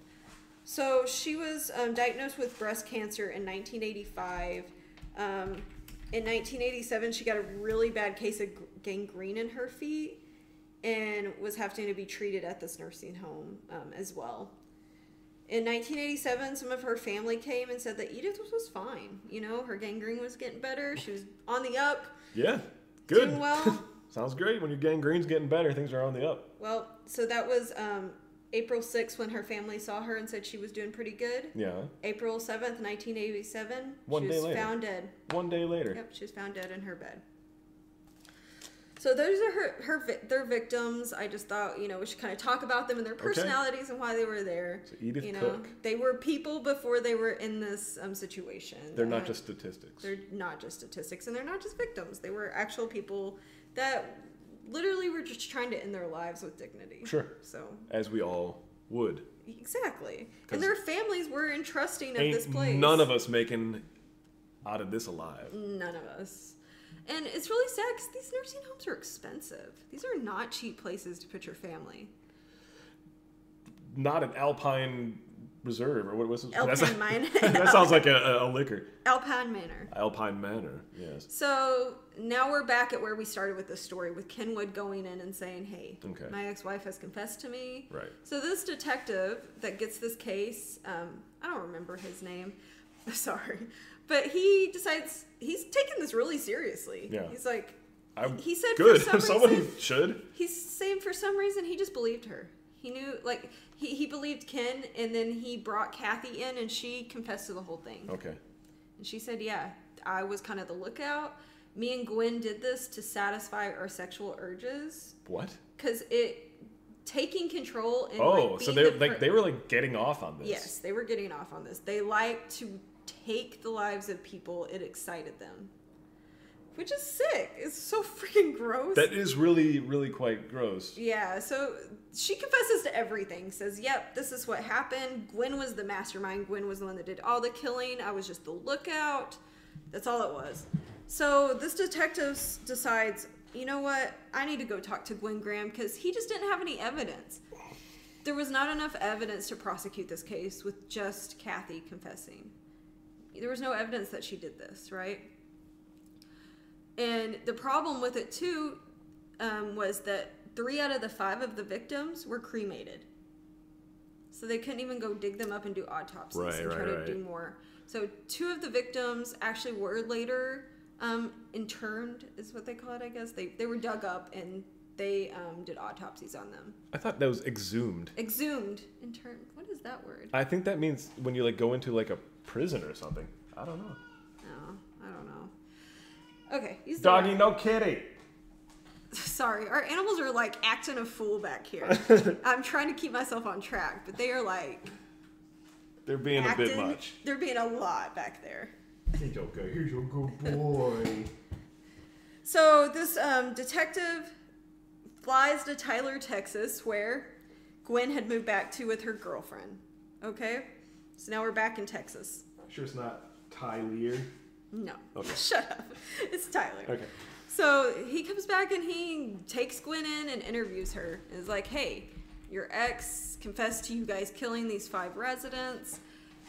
A: So she was um, diagnosed with breast cancer in 1985. Um, in 1987, she got a really bad case of gr- gangrene in her feet and was having to be treated at this nursing home um, as well. In 1987, some of her family came and said that Edith was, was fine. You know, her gangrene was getting better. She was on the up,
B: Yeah. Good.
A: doing well.
B: Sounds great. When your gangrene's getting better, things are on the up.
A: Well, so that was um, April 6th when her family saw her and said she was doing pretty good.
B: Yeah.
A: April 7th, 1987,
B: One
A: she
B: day
A: was
B: later.
A: found dead.
B: One day later.
A: Yep, she was found dead in her bed. So those are her, her vi- their victims. I just thought, you know, we should kind of talk about them and their personalities and why they were there.
B: So Edith
A: you know,
B: Cook.
A: they were people before they were in this um, situation.
B: They're not
A: Uh,
B: just statistics.
A: they're not just statistics and they're not just victims. They were actual people that literally were just trying to end their lives with dignity.
B: Sure.
A: So
B: As we all would.
A: exactly,
B: 'Cause
A: and their families were entrusting of
B: Ain't
A: this place.
B: none of us making out of this alive.
A: none of us. And it's really sad because these nursing homes are expensive. These are not cheap places to put your family.
B: Not an Alpine Reserve or what was it?
A: Alpine
B: That's-
A: Mine-
B: that sounds like a, a, a liquor.
A: Alpine Manor.
B: Alpine Manor. Yes.
A: So now we're back at where we started with this story, with Kenwood going in and saying, "Hey,
B: Okay.
A: my ex-wife has confessed to me."
B: Right.
A: So this detective that gets this case, um, I don't remember his name. Sorry, but he decides he's taking this really seriously.
B: Yeah.
A: He's like,
B: I'm
A: he said,
B: good.
A: For some
B: Somebody
A: reason,
B: should.
A: he's saying for some reason he just believed her. He knew like he, he believed Ken, and then he brought Kathy in, and she confessed to the whole thing.
B: Okay.
A: And she said, "Yeah, I was kind of the lookout. Me and Gwen did this to satisfy our sexual urges,
B: What?
A: cause it taking control and
B: Oh,
A: like,
B: so
A: being
B: they
A: the
B: like
A: per-
B: they were like getting off on this.
A: yes, they were getting off on this. They like to take the lives of people. It excited them." Which is sick. It's so freaking gross.
B: That is really really quite gross.
A: Yeah, so she confesses to everything. Says, "Yep, this is what happened. Gwen was the mastermind. Gwen was the one that did all the killing. I was just the lookout. That's all it was." So this detective s- decides, "You know what? I need to go talk to Gwen Graham cuz he just didn't have any evidence. There was not enough evidence to prosecute this case with just Kathy confessing. There was no evidence that she did this, right? And the problem with it too, um, was that three out of the five of the victims were cremated. So they couldn't even go dig them up and do autopsies
C: Right,
A: and try
C: right,
A: to
C: right.
A: do more. So two of the victims actually were later um, interned, is what they call it, I guess. They, they were dug up and they um, did autopsies on them.
B: I thought that was exhumed.
A: Exhumed, interned. What is that word?
B: I think that means when you like go into like a prison or something. I don't know.
A: No, Oh, I don't know. Okay, he's
B: Doggy, no kitty.
A: Sorry, our animals are like acting a fool back here. I'm trying to keep myself on track, but they are like
B: They're being a bit
A: acting-
B: much.
A: They're being a lot back there.
C: He's okay. He's a good boy.
A: So this um, detective flies to Tyler, Texas, where Gwen had moved back to with her girlfriend. Okay, so now we're back in Texas.
C: Sure, it's not Tyler.
A: No, shut up. It's Tyler.
B: Okay.
A: So he comes back and he takes Gwen in and interviews her. And is like, hey, your ex confessed to you guys killing these five residents.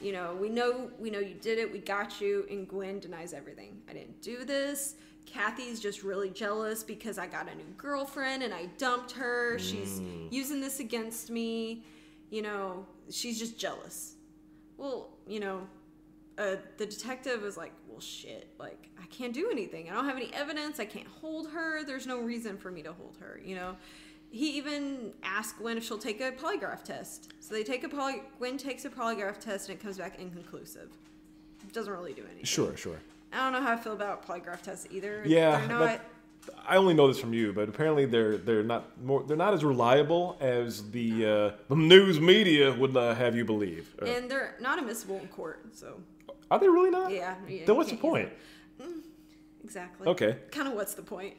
A: You know, we know we know you did it. We got you. And Gwen denies everything. I didn't do this. Kathy's just really jealous because I got a new girlfriend and I dumped her. She's using this against me. You know, she's just jealous. Well, you know, uh, the detective was like, well, shit, like, I can't do anything. I don't have any evidence. I can't hold her. There's no reason for me to hold her, you know? He even asked Gwen if she'll take a polygraph test. So they take a poly, Gwen takes a polygraph test and it comes back inconclusive. It doesn't really do anything.
B: Sure, sure.
A: I don't know how I feel about polygraph tests either.
B: Yeah,
A: They're
B: but
A: not,
B: I only know this from you, but apparently they're they're not more they're not as reliable as the uh, the news media would uh, have you believe. Uh,
A: and they're not admissible in court, so
B: are they really not?
A: yeah. yeah you
B: Then what's the
A: can't use
B: point?
A: them. Exactly.
B: Okay. Oh.
A: Kind of what's the point?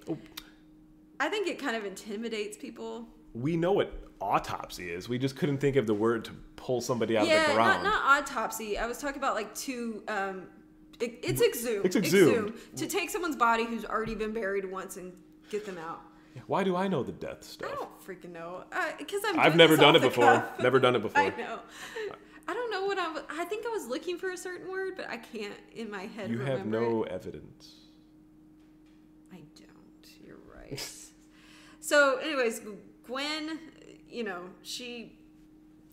A: I think it kind of intimidates people.
B: We know what autopsy is. We just couldn't think of the word to pull somebody out of
A: yeah,
B: the ground.
A: not not autopsy. I was talking about like two. Um, it, it's exhumed.
B: It's exhumed.
A: Exhumed. to take someone's body who's already been buried once and get them out.
B: Why do I know the death
A: I
B: stuff?
A: don't freaking know because I'm.
B: I've
A: doing
B: never
A: this off
B: done it
A: the
B: before.
A: cuff.
B: Never done it before.
A: I know. I don't know what I was. I think I was looking for a certain word, but I can't in my head.
B: You
A: remember
B: have no
A: It.
B: evidence.
A: I don't. You're right. so, anyways, Gwen, you know, she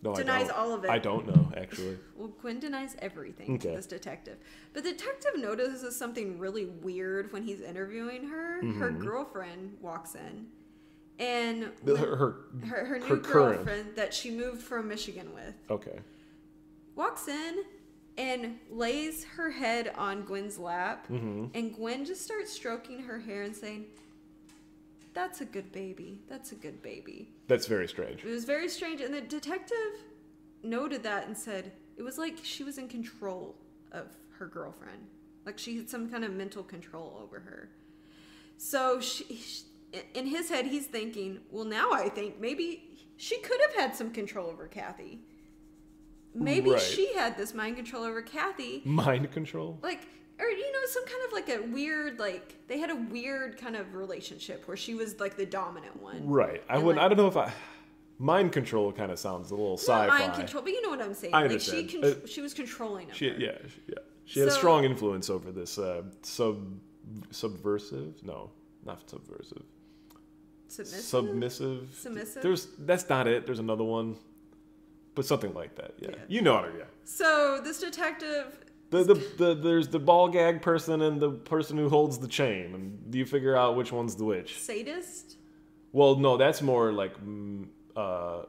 B: No, I
A: Denies
B: don't.
A: all of it.
B: I don't know actually.
A: Well, Gwen denies everything
B: Okay.
A: to this detective. But the detective notices something really weird when he's interviewing her. Her girlfriend walks in, and
B: Mm-hmm. The- Her, her,
A: her, her new
B: her current.
A: girlfriend that she moved from Michigan with
B: Okay.
A: walks in and lays her head on Gwen's lap.
B: Mm-hmm.
A: And Gwen just starts stroking her hair and saying, That's a good baby. That's a good baby.
B: That's very strange.
A: It was very strange, and the detective noted that and said it was like she was in control of her girlfriend, like she had some kind of mental control over her. So she, sh in his head, he's thinking, well, now I think maybe she could have had some control over Kathy. Maybe
B: Right.
A: she had this mind control over Kathy,
B: Mind control.
A: like or you know some kind of like a weird like they had a weird kind of relationship where she was like the dominant one
B: Right. I
A: And,
B: wouldn't.
A: like-
B: I don't know if I. Mind control kind of sounds a little
A: Not
B: sci-fi.
A: mind control, but you know what I'm saying.
B: I
A: Like she,
B: understand.
A: contr- she was controlling him.
B: She, yeah, she, yeah. She had a
A: So-
B: strong influence over this uh, sub subversive. No, not subversive.
A: Submissive.
B: Submissive.
A: Submissive?
B: There's that's not it. There's another one, but something like that. Yeah,
A: Yeah.
B: you know what I mean.
A: so this detective,
B: The, the, the, there's the ball gag person and the person who holds the chain, and you figure out which one's the which.
A: sadist.
B: Well, no, that's more like mm, uh,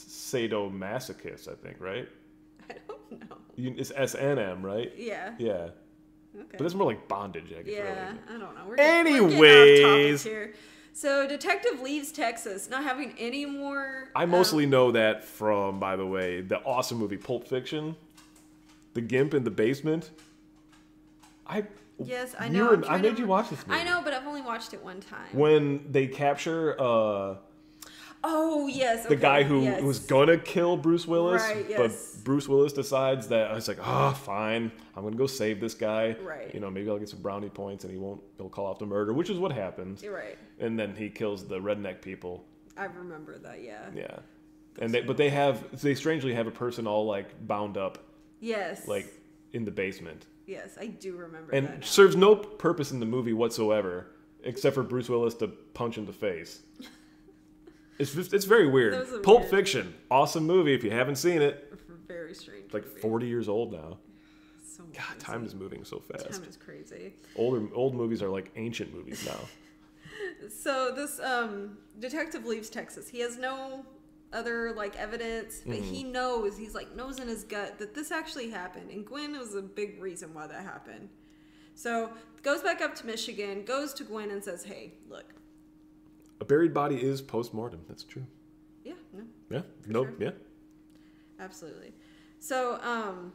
B: sadomasochist, I think, right?
A: I don't know.
B: You, it's SNM, right?
A: Yeah.
B: Yeah,
A: Okay.
B: but it's more like bondage, I guess.
A: yeah.
B: Really.
A: I don't know. We're get- we're getting off
B: Anyways.
A: topic here. So detective leaves Texas, not having any more.
B: I
A: um,
B: mostly know that from, by the way, the awesome movie Pulp Fiction, the Gimp in the basement. I
A: yes, I
B: you
A: know.
B: were-
A: I'm
B: I
A: trying to
B: made you
A: remember-
B: watch this movie.
A: I know, but I've only watched it one time.
B: When they capture uh,
A: oh yes.
B: the
A: okay,
B: guy who
A: yes.
B: was gonna kill Bruce Willis,
A: Right, yes.
B: but Bruce Willis decides that it's like, ah, fine, I'm gonna go save this guy.
A: Right.
B: You know, maybe I'll get some brownie points, and he won't. He'll call off the murder, which is what happens.
A: You're right.
B: And then he kills the redneck people.
A: I remember that. Yeah.
B: Yeah. And they, but they have they strangely have a person all like bound up
A: Yes.
B: like in the basement.
A: Yes, I do remember
B: and
A: that. now.
B: serves no purpose in the movie whatsoever. except for Bruce Willis to punch in the face. It's just, it's very
A: That
B: weird.
A: was a
B: Pulp
A: weird-
B: Fiction, awesome movie. If you haven't seen it,
A: Very strange.
B: it's like
A: movie.
B: 40 years old now.
A: So
B: God,
A: crazy.
B: time is moving so fast.
A: Time is crazy.
B: Older old movies are like ancient movies now.
A: So this um, detective leaves Texas. He has no other like evidence, but he knows he's like knows in his gut that this actually happened, and Gwen was a big reason why that happened. So goes back up to Michigan, goes to Gwen and says, "Hey, look,
B: A buried body is postmortem. That's true.
A: yeah, no,
B: Yeah. no.
A: sure.
B: Yeah.
A: absolutely." So um,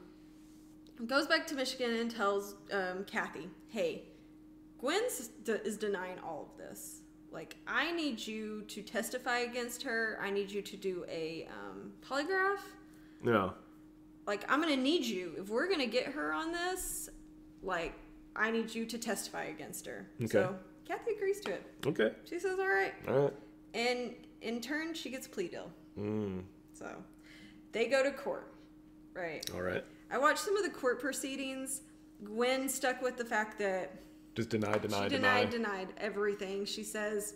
A: goes back to Michigan and tells um, Kathy, "Hey, Gwen de- is denying all of this. Like, I need you to testify against her. I need you to do a um, polygraph.
B: No.
A: Like, I'm gonna need you if we're gonna get her on this. Like, I need you to testify against her. So
B: Okay.
A: Kathy agrees to it.
B: Okay.
A: She says, "All right."
B: All right.
A: And in turn, she gets a plea deal.
B: Mm.
A: So they go to court, right?
B: All right.
A: I watched some of the court proceedings. Gwen stuck with the fact that
B: Just deny, deny,
A: she
B: deny.
A: denied, denied everything. She says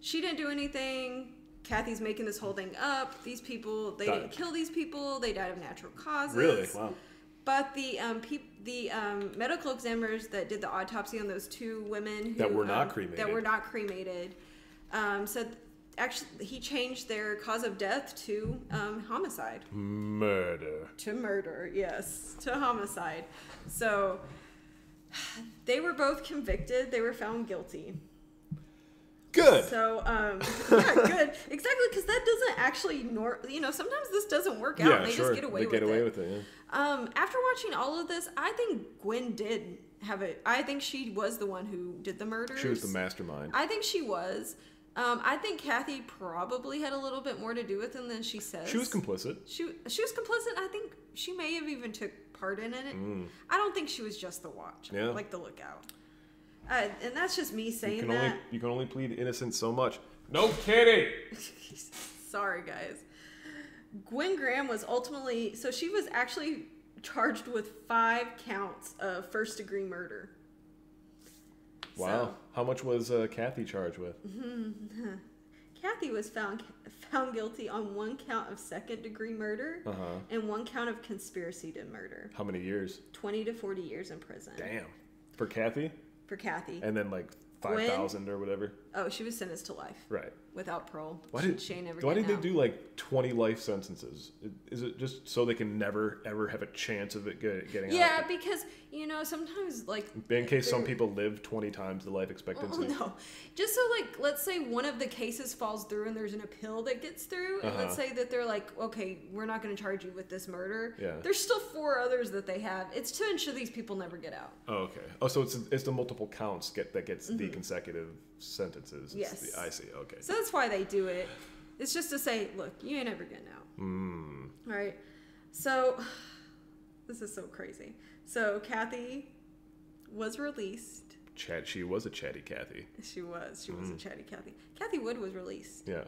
A: she didn't do anything. Kathy's making this whole thing up. These people, they
B: Got
A: didn't
B: it.
A: kill these people. They died of natural causes.
B: Really? Wow.
A: But the um, peop- the um, medical examiners that did the autopsy on those two women who,
B: That were not
A: um,
B: cremated.
A: that were not cremated, um, said actually he changed their cause of death to um, homicide
B: Murder.
A: to murder, yes, to homicide. So they were both convicted. They were found guilty.
B: Good.
A: So um, yeah, good, exactly, because that doesn't actually nor you know sometimes this doesn't work out. and they just get away
B: they
A: with
B: get away
A: it.
B: with it. Yeah.
A: Um, after watching all of this, I think Gwen did have it. I think she was the one who did the murders.
B: She was the mastermind.
A: I think she was. Um, I think Kathy probably had a little bit more to do with them than she says.
B: She was complicit.
A: She she was complicit. I think she may have even took part in it. I don't think she was just the watch,
B: Mm. Yeah.
A: like the lookout. Uh, and that's just me
B: You
A: saying
B: can
A: that.
B: only you can only plead innocent so much. No kidding.
A: Sorry, guys. Gwen Graham was ultimately so she was actually charged with five counts of first degree murder.
B: Wow. How much was uh, Kathy charged with?
A: Mm-hmm. Kathy was found found guilty on one count of second degree murder
B: Uh huh.
A: and one count of conspiracy to murder.
B: How many years?
A: Twenty to forty years in prison
B: Damn. For Kathy,
A: for Kathy.
B: and then like
A: Gwen?
B: five thousand or whatever.
A: Oh, she was sentenced to life
B: Right.
A: without parole.
B: Why
A: She-
B: did
A: she ain't never
B: Why did
A: getting
B: they
A: out.
B: do like twenty life sentences? I- Is it just so they can never ever have a chance of it get, getting
A: Yeah,
B: out?
A: because you know sometimes like
B: In case some
A: they're-
B: people live twenty times the life
A: Oh,
B: expectancy.
A: no, just so like let's say one of the cases falls through and there's an appeal that gets through, and let's
B: Uh-huh.
A: say that they're like, okay, we're not going to charge you with this murder.
B: Yeah.
A: There's still four others that they have. It's to ensure these people never get out.
B: Oh, okay. Oh, so it's it's the multiple counts get that gets the consecutive sentences. It's
A: Mm-hmm. Yes.
B: the- I see. Okay.
A: So that's why they do it. It's just to say, look, you ain't ever getting out.
B: Mm.
A: All right. So this is so crazy. So Kathy was released.
B: Chat. She was a chatty Kathy.
A: She was. She
B: Mm.
A: was a chatty Kathy. Kathy Wood was released
B: Yeah.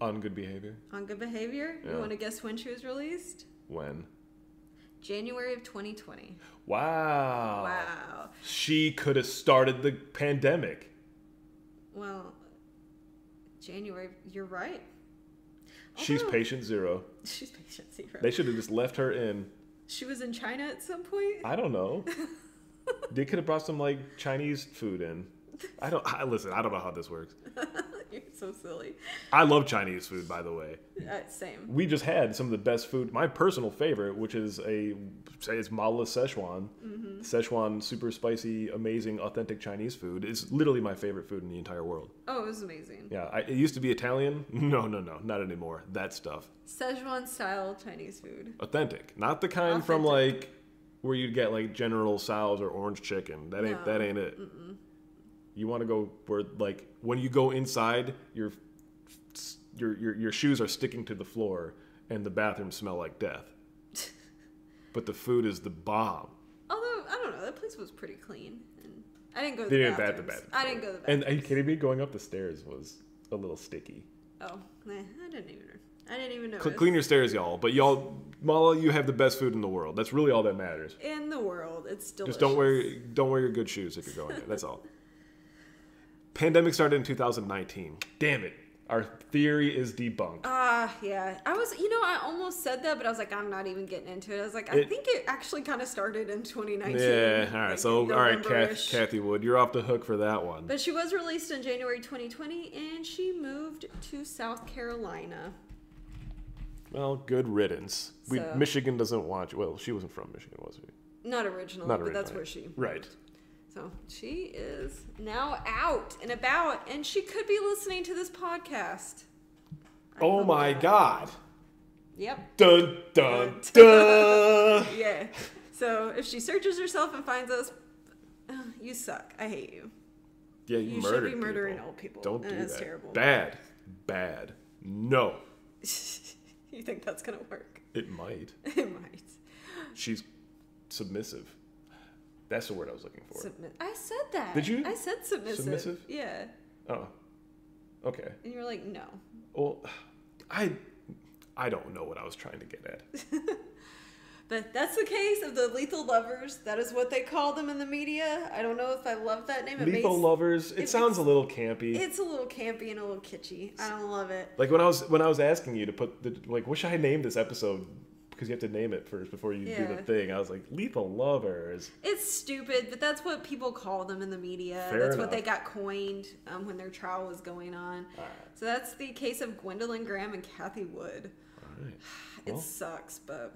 B: On good behavior.
A: on good behavior. You
B: Yeah.
A: want to guess when she was released?
B: When?
A: January of 2020.
B: Wow.
A: Wow.
B: She could have started the pandemic.
A: Well, January. You're right.
B: She's
A: Although-
B: patient zero.
A: She's patient zero.
B: They should have just left her in.
A: she was in China at some point.
B: I don't know. they could have brought some like Chinese food in. I don't. I, listen, I don't know how this works.
A: You're so silly.
B: I love Chinese food, by the way.
A: Uh, same.
B: We just had some of the best food. My personal favorite, which is a say it's Mala Szechuan, Szechuan super spicy, amazing, authentic Chinese food. It's literally my favorite food in the entire world.
A: Oh, it was amazing.
B: Yeah, I, it used to be Italian. No, no, no, not anymore. That stuff.
A: Szechuan style Chinese food.
B: Authentic, not the kind from like where you'd get like General Sal's or Orange Chicken. That ain't
A: No.
B: that ain't it. You want to go where like when you go inside, your your your your shoes are sticking to the floor, and the bathrooms smell like death. but the food is the bomb.
A: Although I don't know, that place was pretty clean, and I didn't go. To
B: They
A: the
B: didn't bat the
A: bathrooms.
B: bathroom.
A: I didn't go to the
B: And
A: bathroom.
B: are you kidding me? Going up the stairs was a little sticky.
A: oh, nah, I didn't even. I didn't even
B: Cl-
A: notice.
B: clean your stairs, y'all. But y'all, Mala, you have the best food in the world. That's really all that matters.
A: In the world, it's delicious.
B: Just don't wear don't wear your good shoes if you're going there. That's all. Pandemic started in 2019. Damn it. Our theory is debunked.
A: Ah, yeah. I was, you know, I almost said that, but I was like, I'm not even getting into it. I was like, I
B: It-
A: think it actually kind of started in 2019.
B: yeah. All right.
A: like,
B: So, all right, Kath,
A: November-ish.
B: Kathy Wood, you're off the hook for that one.
A: But she was released in January 2020, and she moved to South Carolina.
B: Well, good riddance. We,
A: So-
B: Michigan doesn't watch. Well, she wasn't from Michigan, was she?
A: Not originally,
B: Not
A: but that's
B: originally.
A: where she.
B: Right.
A: So she is now out and about, and she could be listening to this podcast. I
B: Oh
A: hope
B: my
A: not.
B: God.
A: Yep.
B: Dun dun dun.
A: Yeah. So if she searches herself and finds us, uh, you suck. I hate you.
B: yeah, you,
A: You should be
B: murdered
A: murdering
B: people.
A: old people,
B: Don't
A: and
B: do
A: it's
B: that.
A: terrible.
B: Bad. Bad. No.
A: you think that's gonna work?
B: It might.
A: It might.
B: She's submissive. That's the word I was looking for.
A: Submit. I said that.
B: Did you?
A: I said submissive.
B: Submissive?
A: Yeah.
B: oh. Okay.
A: And you were like, no.
B: Well, I I don't know what I was trying to get at.
A: But that's the case of the lethal lovers. That is what they call them in the media. I don't know if I love that name. It
B: Lethal
A: makes-
B: lovers. It
A: it
B: sounds
A: makes-
B: a little campy.
A: It's a little campy and a little kitschy. I don't love it.
B: Like when I was when I was asking you to put the like, wish I had named this episode because you have to name it first before you do the
A: Yeah.
B: thing. I was like, lethal lovers.
A: It's stupid, but that's what people call them in the media.
B: Fair
A: that's
B: enough.
A: what they got coined um, when their trial was going on. So that's the case of Gwendolyn Graham and Kathy Wood.
B: All right.
A: It
B: Well.
A: sucks, but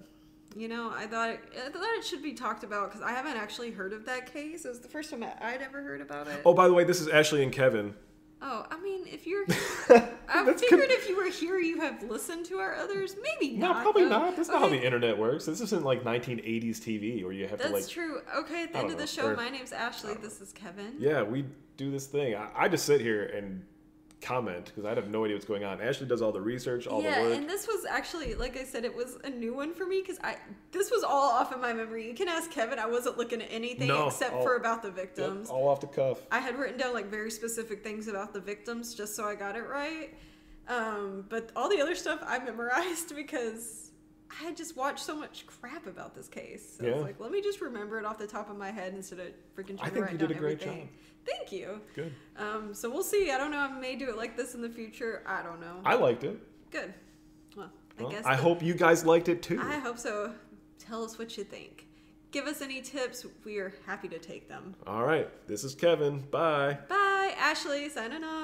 A: you know, I thought it, I thought it should be talked about because I haven't actually heard of that case. It was the first time I- I'd ever heard about it.
B: Oh, by the way, this is Ashley and Kevin.
A: Oh, I mean, if you're, I
B: That's
A: figured if you were here, you have listened to our others. Maybe
B: No,
A: not.
B: probably
A: though.
B: not. That's not how
A: Okay,
B: the internet works. This isn't like 1980s TV where you have
A: That's
B: to like.
A: true. Okay, at the
B: I
A: end
B: don't
A: of
B: know,
A: the show,
B: or-
A: my name's Ashley. This is Kevin.
B: Yeah, we do this thing. I, I just sit here and comment because I have no idea what's going on. Ashley does all the research, all
A: yeah,
B: the work.
A: and this was actually, like I said, it was a new one for me because I this was all off of my memory. You can ask Kevin. I wasn't looking at anything
B: No,
A: except
B: all-
A: for about the
B: Yep,
A: victims.
B: all off the cuff.
A: I had written down like very specific things about the victims just so I got it right. Um, but all the other stuff I memorized because I had just watched so much crap about this case. So I
B: Yeah.
A: was like, let me just remember it off the top of my head instead of freaking trying
B: I
A: to
B: think
A: write
B: you did
A: down
B: a great
A: everything.
B: job.
A: Thank you.
B: Good.
A: Um, so we'll see. I don't know. I may do it like this in the future. I don't know.
B: I liked it.
A: Good. Well,
B: Well,
A: I guess.
B: I
A: the-
B: hope you guys liked it too.
A: I hope so. Tell us what you think. Give us any tips. We are happy to take them.
B: All right. This is Kevin. Bye.
A: Bye, Ashley. Signing off.